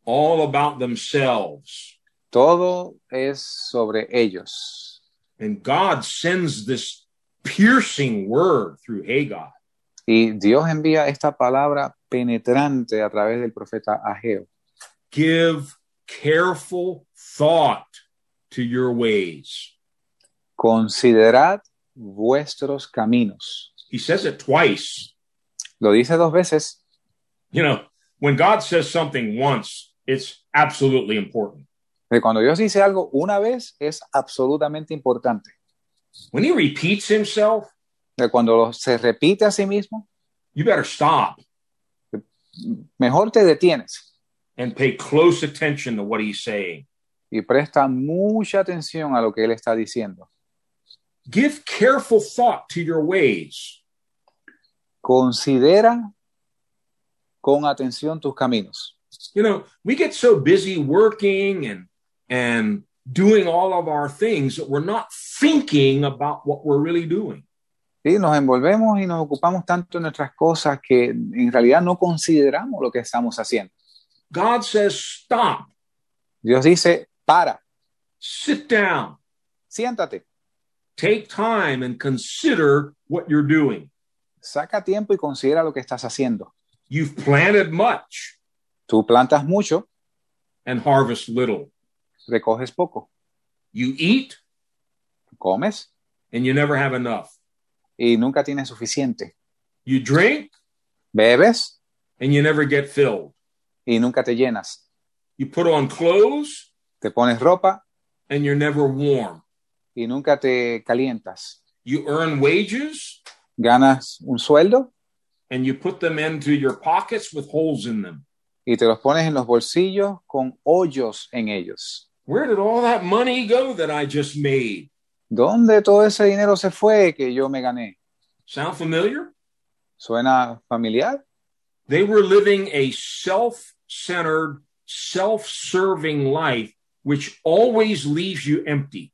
S1: all about themselves.
S2: Todo es sobre ellos.
S1: And God sends this piercing word through Haggai.
S2: Y Dios envía esta palabra penetrante a través del profeta Ageo.
S1: Give careful thought to your ways.
S2: Considerad vuestros caminos.
S1: He says it twice.
S2: Lo dice dos veces.
S1: You know, when God says something once, it's absolutely important.
S2: Que cuando Dios dice algo una vez es absolutamente importante.
S1: When he repeats himself,
S2: Que cuando lo- se repite a sí mismo,
S1: you better stop
S2: mejor te detienes
S1: and pay close attention to what he's saying.
S2: y presta mucha atención a lo que él está diciendo.
S1: Give careful thought to your ways.
S2: Considera con atención tus caminos.
S1: you know we get so busy working and and doing all of our things that we're not thinking about what we're really doing
S2: Sí, nos envolvemos y nos ocupamos tanto en nuestras cosas que en realidad no consideramos lo que estamos haciendo.
S1: god says stop
S2: Dios dice, para,
S1: sit down
S2: siéntate,
S1: take time and consider what you're doing
S2: saca tiempo y considera lo que estás haciendo.
S1: you've planted much
S2: Tú plantas mucho,
S1: and harvest little
S2: recoges poco,
S1: you eat
S2: comes
S1: and you never have enough
S2: y nunca tienes suficiente,
S1: you drink
S2: bebes
S1: and you never get filled
S2: y nunca te llenas,
S1: you put on clothes
S2: te pones ropa
S1: and you're never warm
S2: y nunca te calientas,
S1: you earn wages
S2: ganas un sueldo
S1: and you put them into your pockets with holes in them
S2: y te los pones en los bolsillos con hoyos en ellos.
S1: Where did all that money go that I just made?
S2: ¿Dónde todo ese dinero se fue que yo me gané?
S1: Sound familiar?
S2: ¿Suena familiar?
S1: They were living a self centered, self serving life, which always leaves you empty.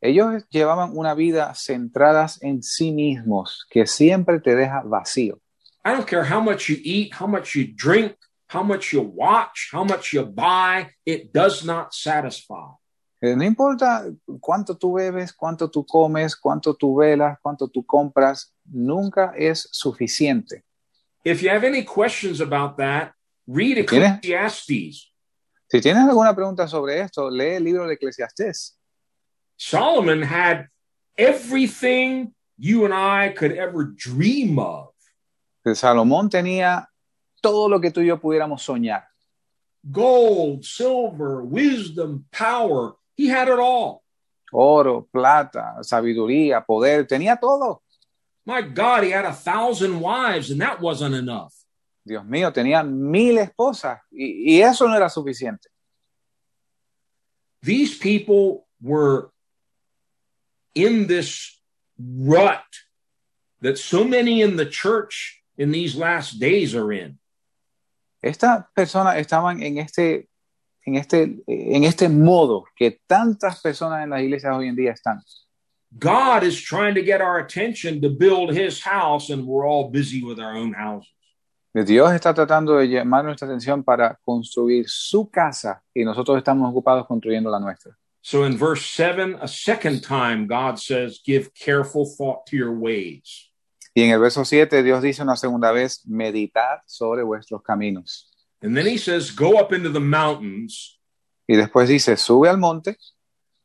S2: Ellos llevaban una vida centradas en sí mismos, que siempre te deja vacío.
S1: I don't care how much you eat, how much you drink, how much you watch, how much you buy, it does not satisfy.
S2: Eh, No importa cuánto tú bebes, cuánto tú comes, cuánto tú velas, cuánto tú compras, nunca es suficiente.
S1: If you have any questions about that, read
S2: Yeah.
S1: Ecclesiastes.
S2: Si tienes alguna pregunta sobre esto, lee el libro de Eclesiastés.
S1: Solomon had everything you and I could ever dream of.
S2: Salomón tenía todo lo que tú y yo pudiéramos soñar.
S1: gold, silver, wisdom, power. He had it all.
S2: Oro, plata, sabiduría, poder, tenía todo.
S1: My God, he had a thousand wives, and that wasn't enough.
S2: Dios mío, tenía mil esposas y- y eso no era suficiente.
S1: These people were in this rut that so many in the church in these last days are in.
S2: Estas personas estaban en este, en este, en este modo que tantas personas en las iglesias hoy en día están.
S1: God is trying to get our attention to build his house, and we're all busy with our own houses.
S2: Dios está tratando de llamar nuestra atención para construir su casa y nosotros estamos ocupados construyendo la nuestra.
S1: So in verse 7, a second time, God says, Give careful thought to your ways.
S2: Y en el verso 7 Dios dice una segunda vez, meditad sobre vuestros caminos.
S1: And then he says, Go up into the mountains
S2: Y después dice, sube al monte,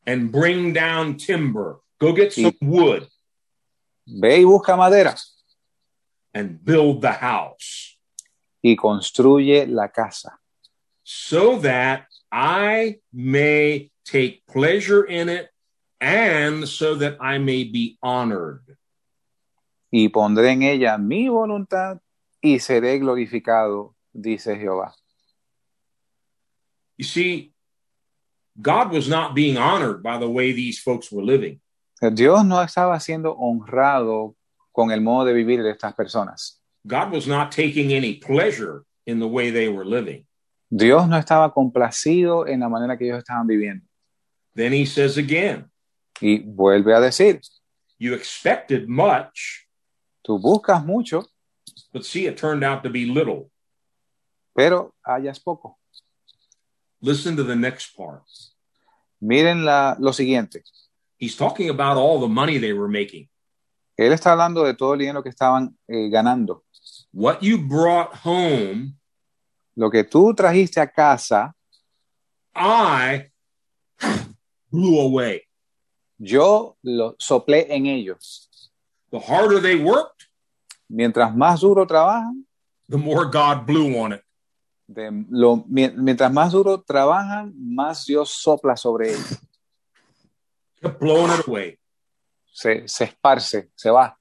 S1: and bring down timber. Go get some wood
S2: ve y busca madera
S1: and build the house
S2: y construye la casa,
S1: so that I may take pleasure in it and so that I may be honored.
S2: y pondré en ella mi voluntad y seré glorificado, dice Jehová.
S1: You see, God was not being honored by the way these folks were living.
S2: Dios no estaba siendo honrado con el modo de vivir de estas personas.
S1: God was not taking any pleasure in the way they were living.
S2: Dios no estaba complacido en la manera que ellos estaban viviendo.
S1: Then he says again,
S2: Y vuelve a decir,
S1: You expected much,
S2: tú buscas mucho,
S1: but see, it turned out to be little.
S2: pero hallas poco.
S1: Listen to the next part.
S2: Miren la- lo siguiente.
S1: He's talking about all the money they were making.
S2: Él está hablando de todo el dinero que estaban eh, ganando.
S1: What you brought home,
S2: Lo que tú trajiste a casa,
S1: I blew away.
S2: yo lo soplé en ellos.
S1: The harder they worked,
S2: Mientras más duro trabajan,
S1: the more God blew on it.
S2: de lo- mi- mientras más duro trabajan, más Dios sopla sobre ellos.
S1: Kept blowing it away,
S2: Se, se esparce, se va.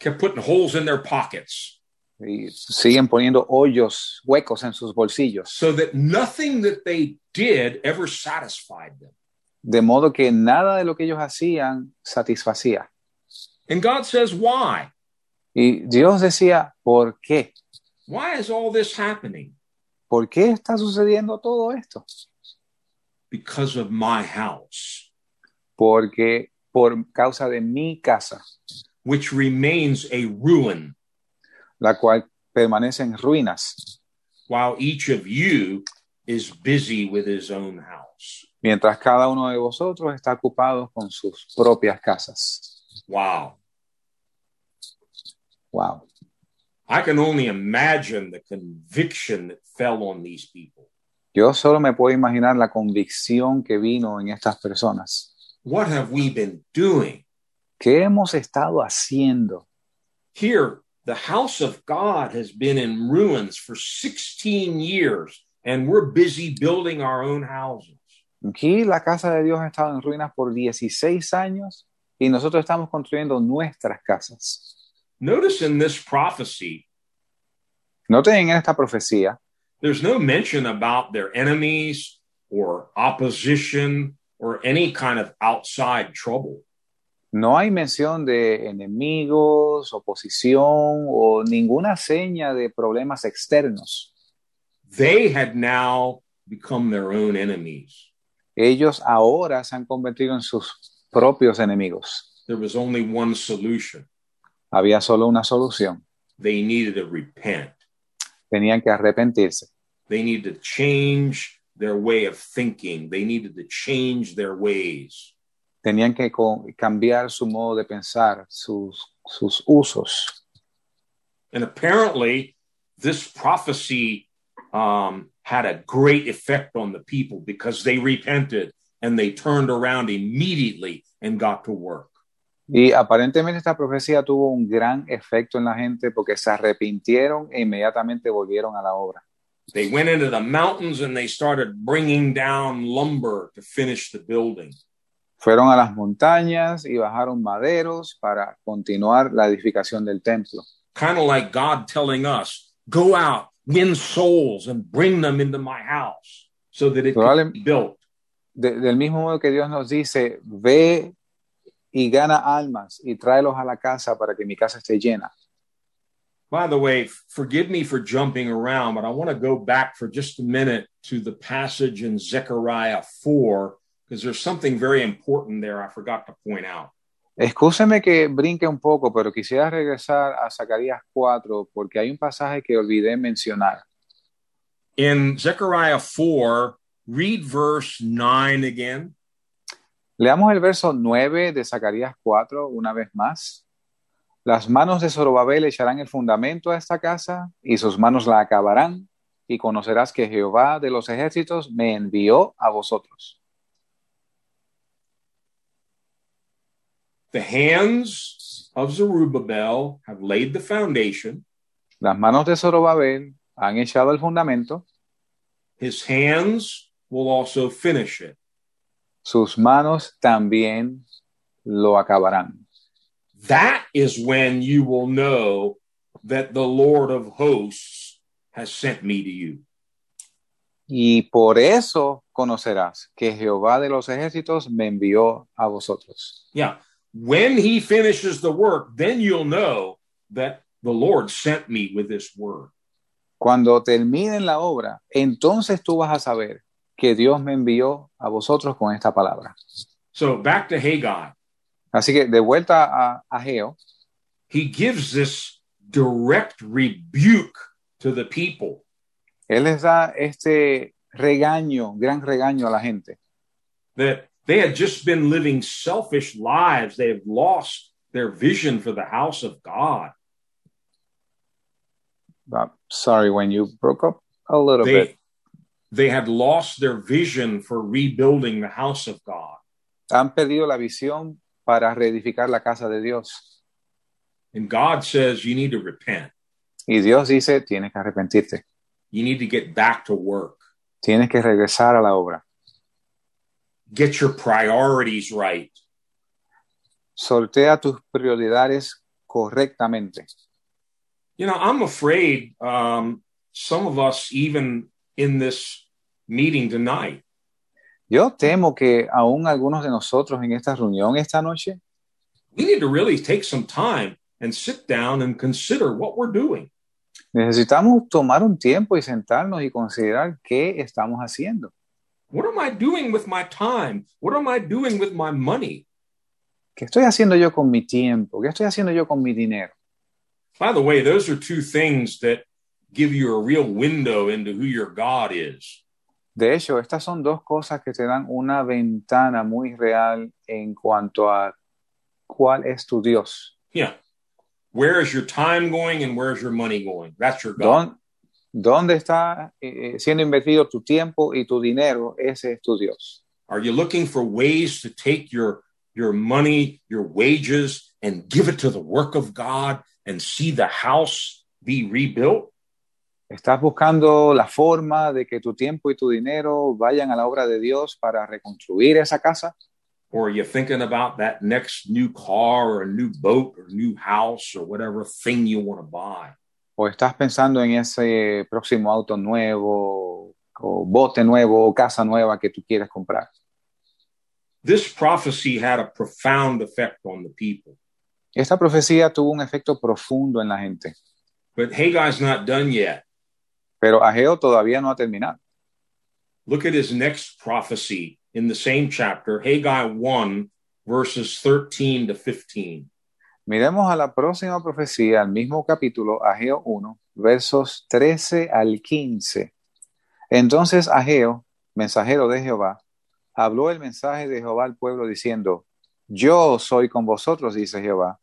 S1: kept putting holes in their pockets
S2: Y siguen poniendo hoyos, huecos en sus bolsillos.
S1: so that nothing that they did ever satisfied them.
S2: De modo que nada de lo que ellos hacían satisfacía.
S1: And God says, Why?
S2: Y Dios decía, ¿por qué?
S1: Why is all this happening?
S2: ¿Por qué está sucediendo todo esto?
S1: Because of my house,
S2: Porque por causa de mi casa,
S1: which remains a ruin,
S2: la cual permanece en ruinas,
S1: while each of you is busy with his own house.
S2: mientras cada uno de vosotros está ocupado con sus propias casas.
S1: Wow.
S2: Wow.
S1: I can only imagine the conviction that fell on these people.
S2: Yo solo me puedo imaginar la convicción que vino en estas personas.
S1: What have we been doing?
S2: ¿Qué hemos estado haciendo?
S1: Here, the house of God has been in ruins for 16 years, and we're busy building our own houses.
S2: Aquí la casa de Dios ha estado en ruinas por 16 años y nosotros estamos construyendo nuestras casas.
S1: Notice in this prophecy,
S2: Noten en esta profecía
S1: there's no mention about their enemies or opposition or any kind of outside trouble.
S2: No hay mención de enemigos, oposición o ninguna seña de problemas externos.
S1: They had now become their own enemies.
S2: Ellos ahora se han convertido en sus propios enemigos.
S1: There was only one solution.
S2: Había solo una solución.
S1: They needed to repent.
S2: Tenían que arrepentirse.
S1: They needed to change their way of thinking. They needed to change their ways.
S2: Tenían que co- cambiar su modo de pensar, sus, sus usos.
S1: And apparently, this prophecy um, had a great effect on the people because they repented and they turned around immediately and got to work.
S2: Y aparentemente esta profecía tuvo un gran efecto en la gente porque se arrepintieron e inmediatamente volvieron a la obra.
S1: They went into the mountains and they started bringing down lumber to finish the building.
S2: Fueron a las montañas y bajaron maderos para continuar la edificación del templo.
S1: Kind of like God telling us, go out, win souls, and bring them into my house so that it can
S2: Probable-
S1: be built.
S2: De- del mismo modo que Dios nos dice, ve y gana almas y tráelos a la casa para que mi casa esté llena.
S1: By the way, f- forgive me for jumping around, but I want to go back for just a minute to the passage in Zechariah 4, because there's something very important there I forgot to point out.
S2: Excúseme que brinque un poco, pero quisiera regresar a Zacarías 4 porque hay un pasaje que olvidé mencionar.
S1: In Zechariah 4, read verse 9 again.
S2: Leamos el verso 9 de Zacarías 4 una vez más. Las manos de Zorobabel echarán el fundamento a esta casa y sus manos la acabarán, y conocerás que Jehová de los ejércitos me envió a vosotros.
S1: The hands of Zerubbabel have laid the foundation.
S2: Las manos de Zorobabel han echado el fundamento,
S1: His hands will also finish it.
S2: sus manos también lo acabarán.
S1: That is when you will know that the Lord of hosts has sent me to you.
S2: Y por eso conocerás que Jehová de los ejércitos me envió a vosotros.
S1: Yeah. When he finishes the work, then you'll know that the Lord sent me with this word.
S2: Cuando terminen la obra, entonces tú vas a saber que Dios me envió a vosotros con esta palabra.
S1: So back to Haggai.
S2: Así que de vuelta a, a Geo,
S1: He gives this direct rebuke to the people.
S2: él les da este regaño, gran regaño a la gente,
S1: that they had just been living selfish lives. They have lost their vision for the house of God.
S2: Uh, sorry when you broke up a little bit.
S1: They, they had lost their vision for rebuilding the house of God.
S2: Han perdido la visión para reedificar la casa de Dios.
S1: And God says, You need to repent.
S2: Y Dios dice, tienes que arrepentirte,
S1: You need to get back to work.
S2: tienes que regresar a la obra,
S1: Get your priorities right.
S2: sortea tus prioridades correctamente.
S1: You know, I'm afraid um, some of us, even in this meeting tonight,
S2: Yo temo que aún algunos de nosotros en esta reunión esta noche,
S1: we need to really take some time and sit down and consider what we're doing.
S2: necesitamos tomar un tiempo y sentarnos y considerar qué estamos haciendo.
S1: What am I doing with my time? What am I doing with my money?
S2: ¿Qué estoy haciendo yo con mi tiempo? ¿Qué estoy haciendo yo con mi dinero?
S1: By the way, those are two things that give you a real window into who your God is.
S2: De hecho, estas son dos cosas que te dan una ventana muy real en cuanto a cuál es tu Dios.
S1: Yeah. Where is your time going and where's your money going? That's your God.
S2: Dón- ¿Dónde está eh, eh, siendo invertido tu tiempo y tu dinero? Ese es tu Dios.
S1: Are you looking for ways to take your your money, your wages and give it to the work of God and see the house be rebuilt?
S2: ¿Estás buscando la forma de que tu tiempo y tu dinero vayan a la obra de Dios para reconstruir esa casa?
S1: Or are you thinking about that next new car or new boat or new house or whatever thing you want to buy?
S2: ¿O estás pensando en ese próximo auto nuevo, o bote nuevo, o casa nueva que tú quieres comprar?
S1: this prophecy had a profound effect on the people.
S2: Esta profecía tuvo un efecto profundo en la gente,
S1: But Haggai's not done yet.
S2: pero Ageo todavía no ha terminado.
S1: Look at his next prophecy in the same chapter, Haggai 1, verses 13 to 15.
S2: Miremos a la próxima profecía, al mismo capítulo, Ageo 1, versos 13 al 15. Entonces Ageo, mensajero de Jehová, habló el mensaje de Jehová al pueblo diciendo, Yo soy con vosotros, dice Jehová.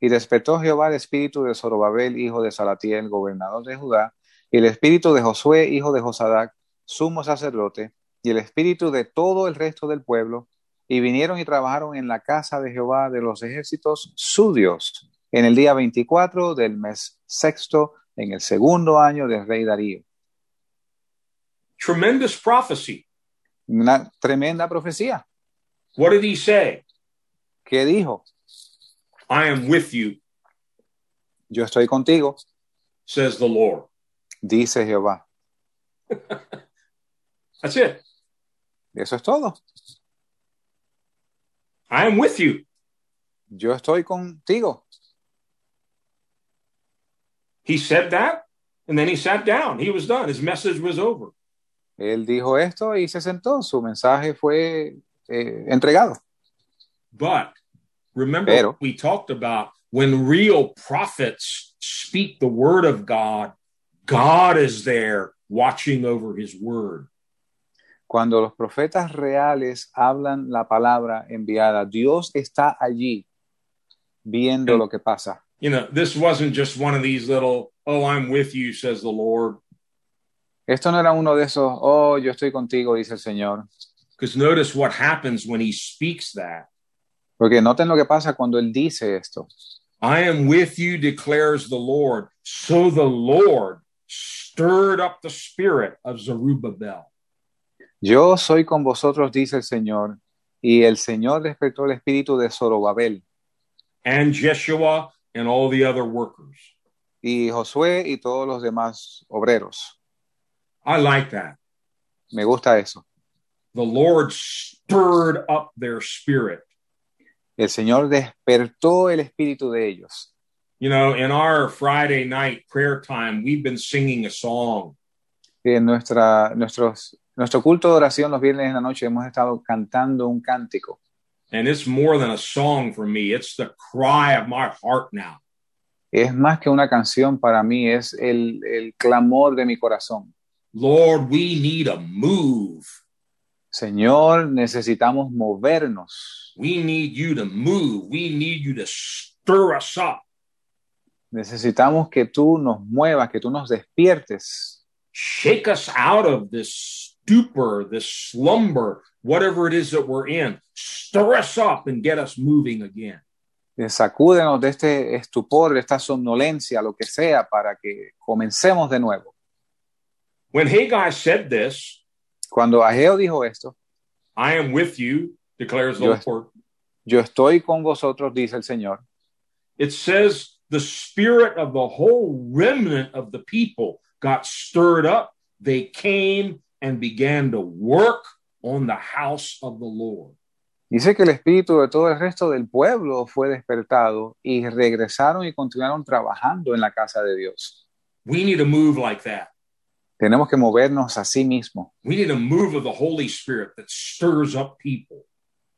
S2: Y despertó Jehová el espíritu de Zorobabel, hijo de Salatiel, gobernador de Judá, y el espíritu de Josué, hijo de Josadac, sumo sacerdote, y el espíritu de todo el resto del pueblo, y vinieron y trabajaron en la casa de Jehová de los ejércitos, su Dios, en el día 24 del mes sexto, en el segundo año del rey Darío.
S1: Tremendous prophecy.
S2: Una tremenda profecía.
S1: What did he say?
S2: ¿Qué dijo?
S1: I am with you,
S2: Yo estoy contigo,
S1: says the Lord.
S2: dice Jehová.
S1: That's it.
S2: Eso es todo.
S1: I am with you.
S2: Yo estoy contigo.
S1: He said that, and then he sat down. He was done. His message was over.
S2: Él dijo esto y se sentó. Su mensaje fue eh, entregado.
S1: But remember,
S2: Pero-
S1: what we talked about when real prophets speak the word of God, God is there watching over his word.
S2: Cuando los profetas reales hablan la palabra enviada, Dios está allí viendo lo que pasa.
S1: You know, this wasn't just one of these little, oh, I'm with you, says the Lord.
S2: Esto no era uno de esos, oh, yo estoy contigo, dice el Señor.
S1: Because notice what happens when he speaks that.
S2: Porque noten lo que pasa cuando Él dice esto.
S1: I am with you, declares the Lord. So the Lord stirred up the spirit of Zerubbabel.
S2: Yo soy con vosotros, dice el Señor. Y el Señor despertó el espíritu de Zorobabel
S1: and Jeshua and all the other workers.
S2: y Josué y todos los demás obreros.
S1: I like that.
S2: Me gusta eso.
S1: The Lord stirred up their spirit.
S2: El Señor despertó el espíritu de ellos.
S1: You know, in our Friday night prayer time, we've been singing a song.
S2: En Eh, nuestra, nuestros, nuestro culto de oración los viernes en la noche hemos estado cantando un cántico.
S1: And it's more than a song for me. It's the cry of my heart now.
S2: Es más que una canción para mí, es el, el clamor de mi corazón.
S1: Lord, we need a move.
S2: Señor, necesitamos movernos.
S1: We need you to move. We need you to stir us up.
S2: Necesitamos que tú nos muevas, que tú nos despiertes.
S1: Shake us out of this stupor, this slumber, whatever it is that we're in. Stir us up and get us moving again.
S2: Eh, Sacúdenos de este estupor, de esta somnolencia, lo que sea, para que comencemos de nuevo.
S1: When Haggai said this,
S2: Cuando Ageo dijo esto,
S1: I am with you, declares the
S2: Yes.
S1: Lord.
S2: yo estoy con vosotros, dice el Señor.
S1: It says the spirit of the whole remnant of the people got stirred up. They came and began to work on the house of the Lord.
S2: Dice que el espíritu de todo el resto del pueblo fue despertado y regresaron y continuaron trabajando en la casa de Dios.
S1: We need a move like that.
S2: Tenemos que movernos a sí mismo.
S1: We need a move of the Holy Spirit that stirs up people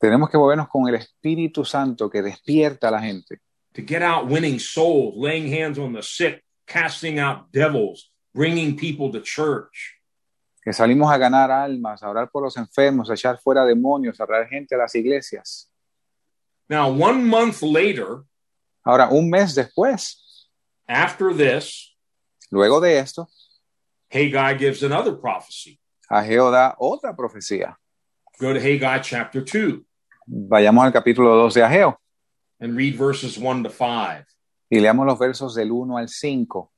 S2: Tenemos que movernos con el Espíritu Santo que despierta a la gente.
S1: to get out winning souls, laying hands on the sick, casting out devils, bringing people to church.
S2: Que salimos a ganar almas, a orar por los enfermos, a echar fuera demonios, a traer gente a las iglesias.
S1: Now, one month later,
S2: Ahora, un mes después,
S1: after this,
S2: luego de esto,
S1: Haggai gives another prophecy.
S2: Ageo da otra profecía.
S1: Go to Haggai chapter 2.
S2: Vayamos al capítulo 2 de Ageo
S1: and read verses 1 to 5.
S2: y leamos los versos del 1 al 5.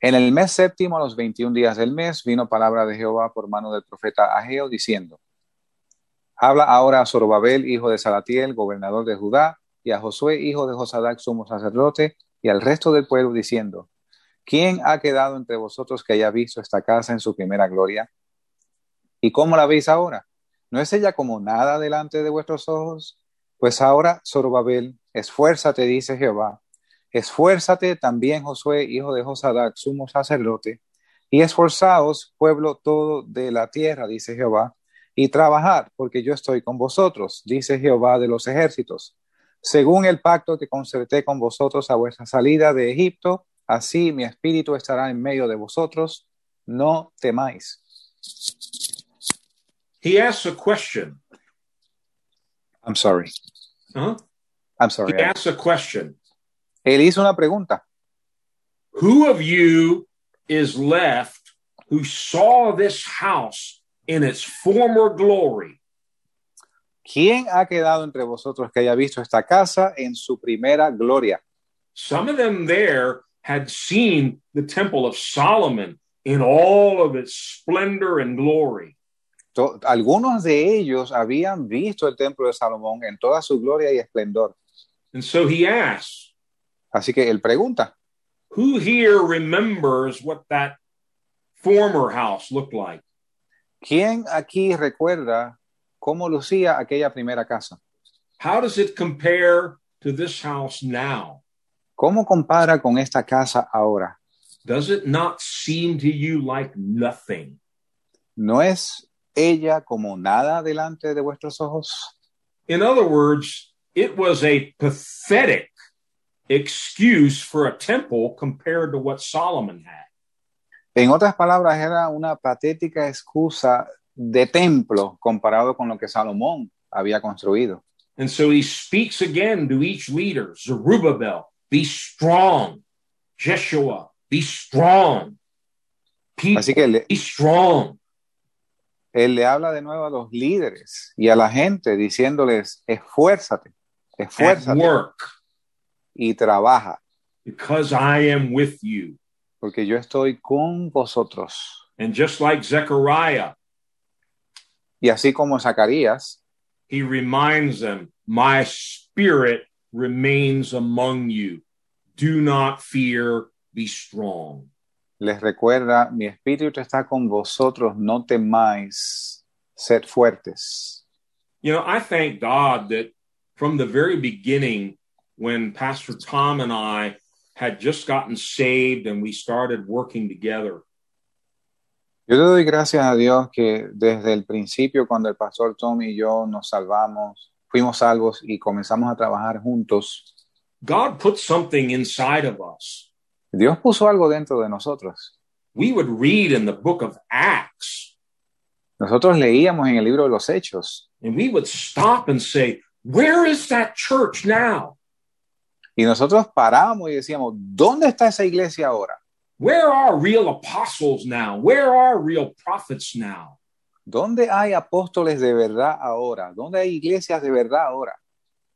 S2: En el mes séptimo, a los 21 días del mes, vino palabra de Jehová por mano del profeta Ageo diciendo: Habla ahora a Zorobabel, hijo de Salatiel, gobernador de Judá, y a Josué, hijo de Josadac, sumo sacerdote, y al resto del pueblo diciendo: ¿Quién ha quedado entre vosotros que haya visto esta casa en su primera gloria? ¿Y cómo la veis ahora? ¿No es ella como nada delante de vuestros ojos? Pues ahora, Zorobabel, esfuérzate, dice Jehová. Esfuérzate también, Josué, hijo de Josadac, sumo sacerdote, y esforzaos, pueblo todo de la tierra, dice Jehová, y trabajad, porque yo estoy con vosotros, dice Jehová de los ejércitos. Según el pacto que concerté con vosotros a vuestra salida de Egipto, así mi espíritu estará en medio de vosotros, no temáis.
S1: He asks a question.
S2: I'm sorry.
S1: Huh?
S2: I'm
S1: He
S2: sorry.
S1: asks a question.
S2: Él hizo una pregunta.
S1: Who of you is left who saw this house in its former glory?
S2: ¿Quién ha quedado entre vosotros que haya visto esta casa en su primera gloria?
S1: Some of them there had seen the temple of Solomon in all of its splendor and glory.
S2: To- Algunos de ellos habían visto el templo de Salomón en toda su gloria y esplendor.
S1: And so he asks,
S2: Así que él pregunta,
S1: who here remembers what that former house looked like?
S2: ¿quién aquí recuerda cómo lucía aquella primera casa?
S1: How does it compare to this house now?
S2: ¿Cómo compara con esta casa ahora?
S1: Does it not seem to you like nothing?
S2: ¿No es ella como nada delante de vuestros ojos?
S1: In other words, it was a pathetic excuse for a temple compared to what Solomon had.
S2: En otras palabras, era una patética excusa de templo comparado con lo que Salomón había construido.
S1: And so he speaks again to each leader Zerubbabel, Be strong. Jeshua, be strong. People,
S2: Así que le-
S1: be strong.
S2: él le habla de nuevo a los líderes y a la gente diciéndoles, esfuérzate,
S1: At
S2: esfuérzate
S1: work,
S2: y trabaja,
S1: because I am with you.
S2: porque yo estoy con vosotros.
S1: And just like Zechariah,
S2: Y así como Zacarías,
S1: he reminds them, My spirit remains among you. Do not fear, be strong.
S2: les recuerda, mi espíritu está con vosotros, no temáis, sed fuertes.
S1: You know, I thank God that from the very beginning, when Pastor Tom and I had just gotten saved and we started working together,
S2: Yo le doy gracias a Dios que desde el principio, cuando el pastor Tom y yo nos salvamos, fuimos salvos y comenzamos a trabajar juntos,
S1: God put something inside of us.
S2: Dios puso algo dentro de nosotros.
S1: We would read in the book of Acts
S2: Nosotros leíamos en el libro de los Hechos
S1: and we would stop and say, Where is that church now?
S2: y nosotros parábamos y decíamos, ¿dónde está esa iglesia ahora?
S1: Where are real apostles now? Where are real prophets now?
S2: ¿Dónde hay apóstoles de verdad ahora? ¿Dónde hay iglesias de verdad ahora?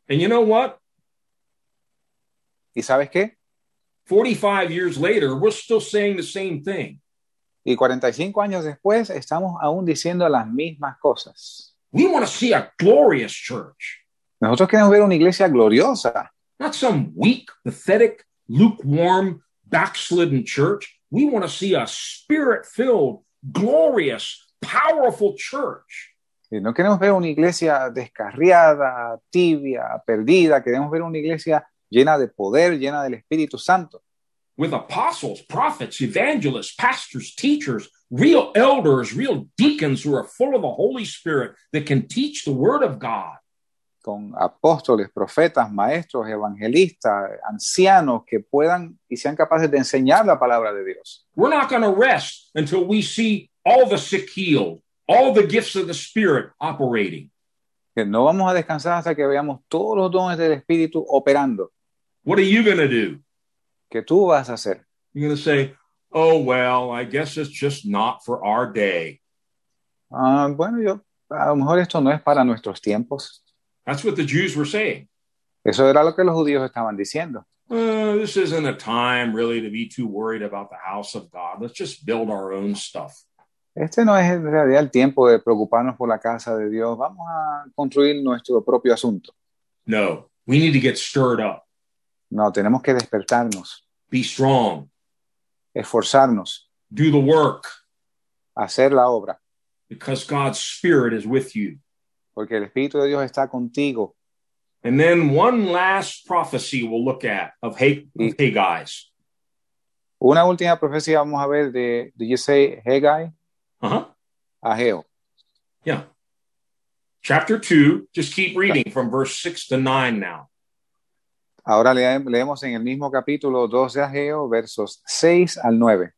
S1: And you know what?
S2: ¿Y sabes qué?
S1: 45 years later, we're still saying the same thing.
S2: Y 45 años después estamos aún diciendo las mismas cosas.
S1: We want to see a glorious church.
S2: Nosotros queremos ver una iglesia gloriosa,
S1: not some weak, pathetic, lukewarm, backslidden church. We want to see a spirit filled, glorious, powerful church.
S2: Y Eh, No queremos ver una iglesia descarriada, tibia, perdida. Queremos ver una iglesia llena de poder, llena del Espíritu Santo,
S1: With apostles, prophets, evangelists, pastors, teachers, real elders, real deacons who are full of the Holy Spirit that can teach the Word of God.
S2: con apóstoles, profetas, maestros, evangelistas, ancianos que puedan y sean capaces de enseñar la palabra de Dios.
S1: We're not going to rest until we see all the sick healed, all the gifts of the Spirit operating.
S2: Que no vamos a descansar hasta que veamos todos los dones del Espíritu operando.
S1: What are you going to do?
S2: ¿Qué tú vas a hacer?
S1: You're going to say, oh, well, I guess it's just not for our day.
S2: Ah, bueno, yo a lo mejor esto no es para nuestros tiempos.
S1: That's what the Jews were saying.
S2: Eso era lo que los judíos estaban diciendo.
S1: Uh, this isn't a time really to be too worried about the house of God. Let's just build our own stuff.
S2: Este no es en realidad el tiempo de preocuparnos por la casa de Dios. Vamos a construir nuestro propio asunto.
S1: No, we need to get stirred up,
S2: No, tenemos que despertarnos,
S1: be strong,
S2: esforzarnos,
S1: do the work
S2: hacer la obra,
S1: because God's Spirit is with you.
S2: porque el Espíritu de Dios está contigo.
S1: And then one last prophecy we'll look at of hey, of hey guys.
S2: Una última profecía vamos a ver de, do you say Haggai?
S1: Uh huh.
S2: Ageo.
S1: Yeah. Chapter two, just keep reading from verse six to nine now.
S2: Ahora lea- leemos en el mismo capítulo 2 de Ageo, versos 6 al 9.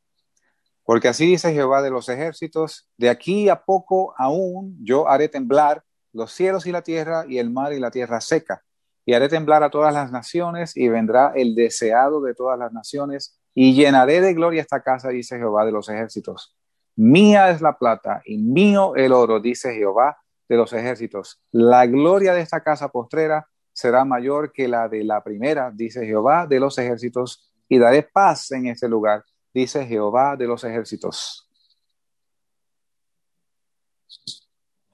S2: Porque así dice Jehová de los ejércitos, de aquí a poco aún yo haré temblar los cielos y la tierra y el mar y la tierra seca, y haré temblar a todas las naciones y vendrá el deseado de todas las naciones, y llenaré de gloria esta casa, dice Jehová de los ejércitos. Mía es la plata y mío el oro, dice Jehová de los ejércitos. La gloria de esta casa postrera será mayor que la de la primera, dice Jehová de los ejércitos, y daré paz en este lugar, dice Jehová de los ejércitos.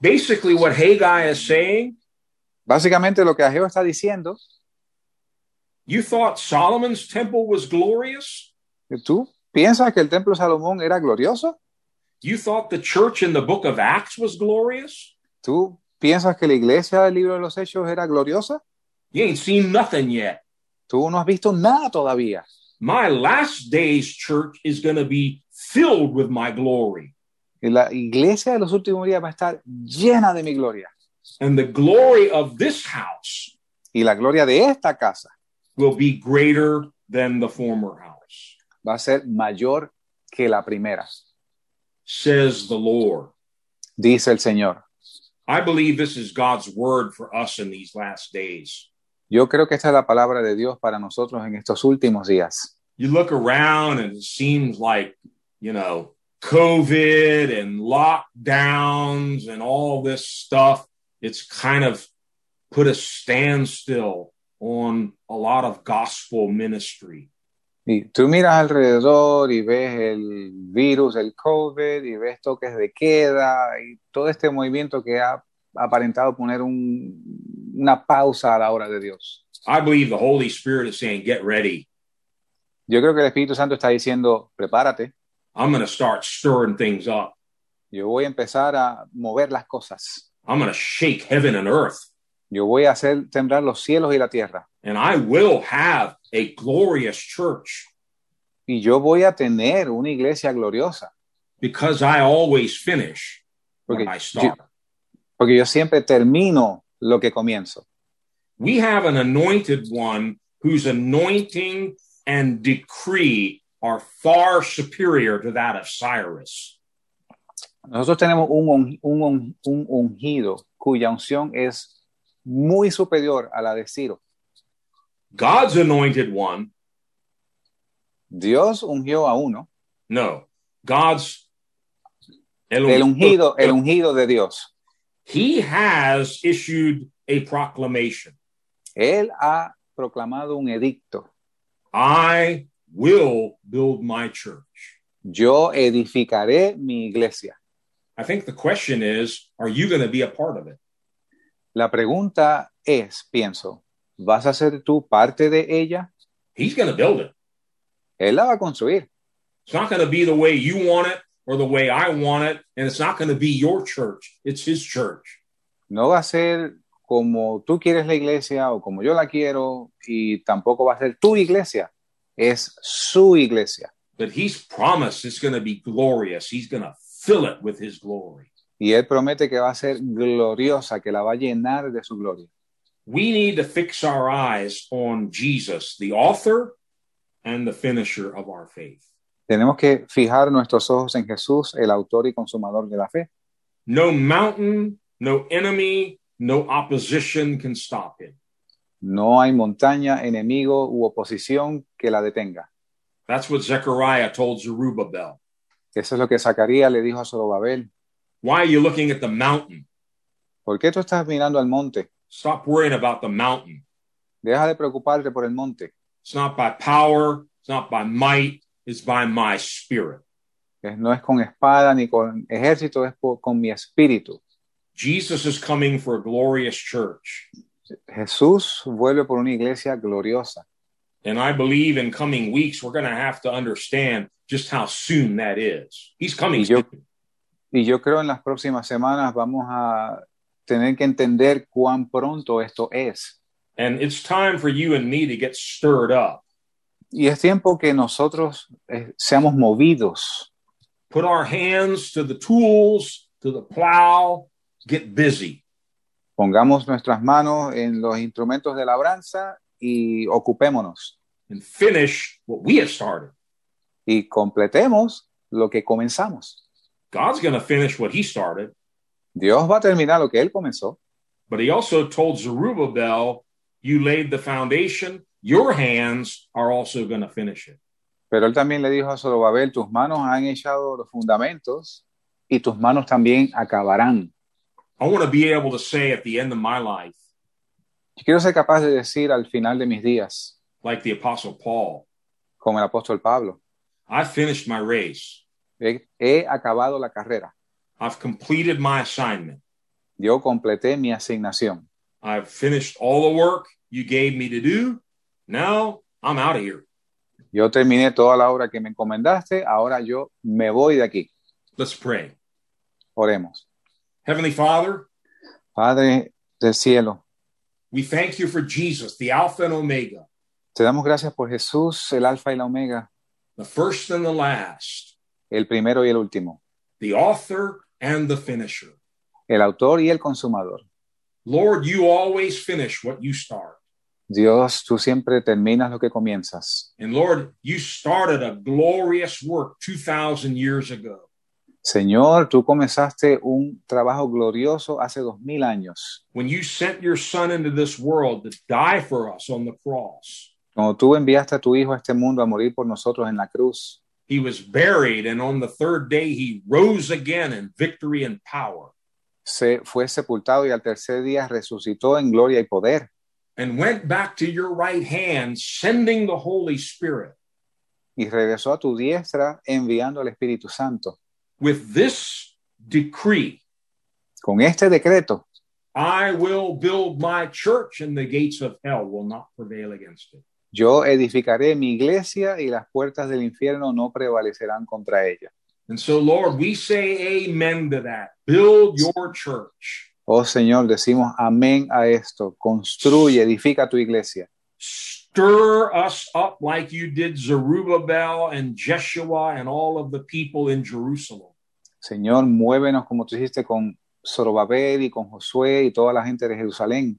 S1: Basically, what Haggai is saying,
S2: Básicamente lo que Ageo está diciendo,
S1: you thought Solomon's temple was glorious?
S2: ¿tú piensas que el templo de Salomón era glorioso?
S1: You thought the church in the book of Acts was glorious?
S2: ¿Tú piensas que la iglesia del libro de los Hechos era gloriosa?
S1: You ain't seen nothing yet.
S2: Tú no has visto nada todavía.
S1: My last day's church is going to be filled with my glory,
S2: Y La iglesia de los últimos días va a estar llena de mi gloria.
S1: and the glory of this house
S2: Y la gloria de esta casa
S1: will be greater than the former house,
S2: va a ser mayor que la primera,
S1: says the Lord.
S2: dice el Señor.
S1: I believe this is God's word for us in these last days.
S2: Yo creo que esta es la palabra de Dios para nosotros en estos últimos días.
S1: You look around and it seems like, you know, COVID and lockdowns and all this stuff, it's kind of put a standstill on a lot of gospel ministry.
S2: Y tú miras alrededor y ves el virus, el COVID, y ves toques de queda y todo este movimiento que ha aparentado poner un- una pausa a la obra de Dios.
S1: I believe the Holy Spirit is saying, get ready.
S2: Yo creo que el Espíritu Santo está diciendo, prepárate,
S1: I'm going to start stirring things up.
S2: yo voy a empezar a mover las cosas,
S1: I'm going to shake heaven and earth,
S2: yo voy a hacer temblar los cielos y la tierra,
S1: and I will have a glorious church
S2: y yo voy a tener una iglesia gloriosa,
S1: because I always finish when
S2: porque,
S1: I
S2: yo,
S1: start.
S2: porque yo siempre termino lo que comienzo.
S1: We have an anointed one whose anointing and decree are far superior to that of Cyrus.
S2: Nosotros tenemos un, un- un- un- un ungido cuya unción es muy superior a la de Ciro.
S1: God's anointed one,
S2: Dios ungió a uno,
S1: no, God's
S2: el ungido, el ungido de Dios.
S1: he has issued a proclamation.
S2: Él ha proclamado un edicto.
S1: I will build my church.
S2: Yo edificaré mi iglesia.
S1: I think the question is, are you going to be a part of it?
S2: La pregunta es, pienso, ¿vas a ser tú parte de ella?
S1: He's going to build it.
S2: Él la va a construir.
S1: It's not going to be the way you want it or the way I want it. And it's not going to be your church. It's his church.
S2: No va a ser como tú quieres la iglesia o como yo la quiero y tampoco va a ser tu iglesia. Es su iglesia.
S1: But he's promised it's going to be glorious. He's going to fill it with his glory.
S2: Y Él promete que va a ser gloriosa, que la va a llenar de su gloria.
S1: We need to fix our eyes on Jesus, the author and the finisher of our faith.
S2: Tenemos que fijar nuestros ojos en Jesús, el autor y consumador de la fe.
S1: No mountain, no enemy, no opposition can stop him.
S2: No hay montaña, enemigo u oposición que la detenga.
S1: That's what Zechariah told Zerubbabel.
S2: Eso es lo que Zacarías le dijo a Zorobabel.
S1: Why are you looking at the mountain?
S2: ¿Por qué tú estás mirando al monte?
S1: Stop worrying about the mountain.
S2: Deja de preocuparte por el monte.
S1: It's not by power, it's not by might, it's by my spirit.
S2: Es- No es con espada ni con ejército, es por- con mi espíritu.
S1: Jesus is coming for a glorious church.
S2: Jesús vuelve por una iglesia gloriosa.
S1: And I believe in coming weeks, we're going to have to understand just how soon that is. He's coming.
S2: Y yo-
S1: soon.
S2: Y yo creo en las próximas semanas vamos a tener que entender cuán pronto esto es.
S1: And it's time for you and me to get stirred up,
S2: Y es tiempo que nosotros eh, seamos movidos,
S1: put our hands to the tools, to the plow, get busy.
S2: pongamos nuestras manos en los instrumentos de labranza y ocupémonos
S1: and finish what we have started.
S2: y completemos lo que comenzamos.
S1: God's going to finish what he started,
S2: Dios va a terminar lo que Él comenzó,
S1: but he also told Zerubbabel, You laid the foundation, your hands are also going to finish it.
S2: pero Él también le dijo a Zorobabel, tus manos han echado los fundamentos y tus manos también acabarán.
S1: I want to be able to say at the end of my life,
S2: Yo quiero ser capaz de decir al final de mis días,
S1: like the Apostle Paul,
S2: como el apóstol Pablo,
S1: I finished my race,
S2: he, he acabado la carrera,
S1: I've completed my assignment,
S2: yo completé mi asignación.
S1: I've finished all the work you gave me to do. Now I'm out of here.
S2: Yo terminé toda la obra que me encomendaste, ahora yo me voy de aquí.
S1: Let's pray.
S2: Oremos.
S1: Heavenly Father,
S2: Padre del cielo,
S1: we thank you for Jesus, the Alpha and Omega,
S2: te damos gracias por Jesús, el Alfa y la Omega,
S1: the first and the last.
S2: el primero y el último,
S1: the author and the finisher.
S2: el autor y el consumador.
S1: Lord, you always finish what you start.
S2: Dios, tú siempre terminas lo que comienzas.
S1: And Lord, you started a glorious work 2,000 years ago.
S2: Señor, tú comenzaste un trabajo glorioso hace dos mil años.
S1: when you sent your son into this world to die for us on the cross.
S2: Cuando tú enviaste a tu Hijo a este mundo a morir por nosotros en la cruz,
S1: He was buried, and on the third day, he rose again in victory and power.
S2: se fue sepultado y al tercer día resucitó en gloria y poder
S1: and went back to your right hand, sending the Holy Spirit.
S2: y regresó a tu diestra enviando al Espíritu Santo.
S1: With this decree,
S2: Con este decreto,
S1: I will build my church, and the gates of hell will not prevail against it.
S2: yo edificaré mi iglesia y las puertas del infierno no prevalecerán contra ella.
S1: And so, Lord, we say amen to that. Build your church,
S2: Oh Señor, decimos amén a esto. Construye, edifica tu iglesia.
S1: stir us up like you did Zerubbabel and Jeshua and all of the people in Jerusalem.
S2: Señor, muévenos como tú hiciste con Zorobabel y con Josué y toda la gente de Jerusalén.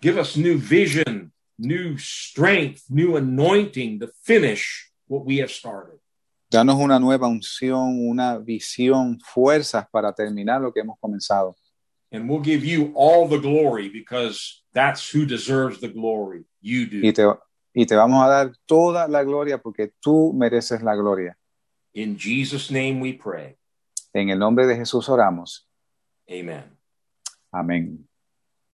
S1: Give us new vision, new strength, new anointing to finish what we have started.
S2: Danos una nueva unción, una visión, fuerzas para terminar lo que hemos comenzado.
S1: and we'll give you all the glory because that's who deserves the glory. You
S2: Y
S1: do.
S2: te, y te vamos a dar toda la gloria porque tú mereces la gloria.
S1: In Jesus' name we pray.
S2: En el nombre de Jesús oramos.
S1: Amen.
S2: Amén.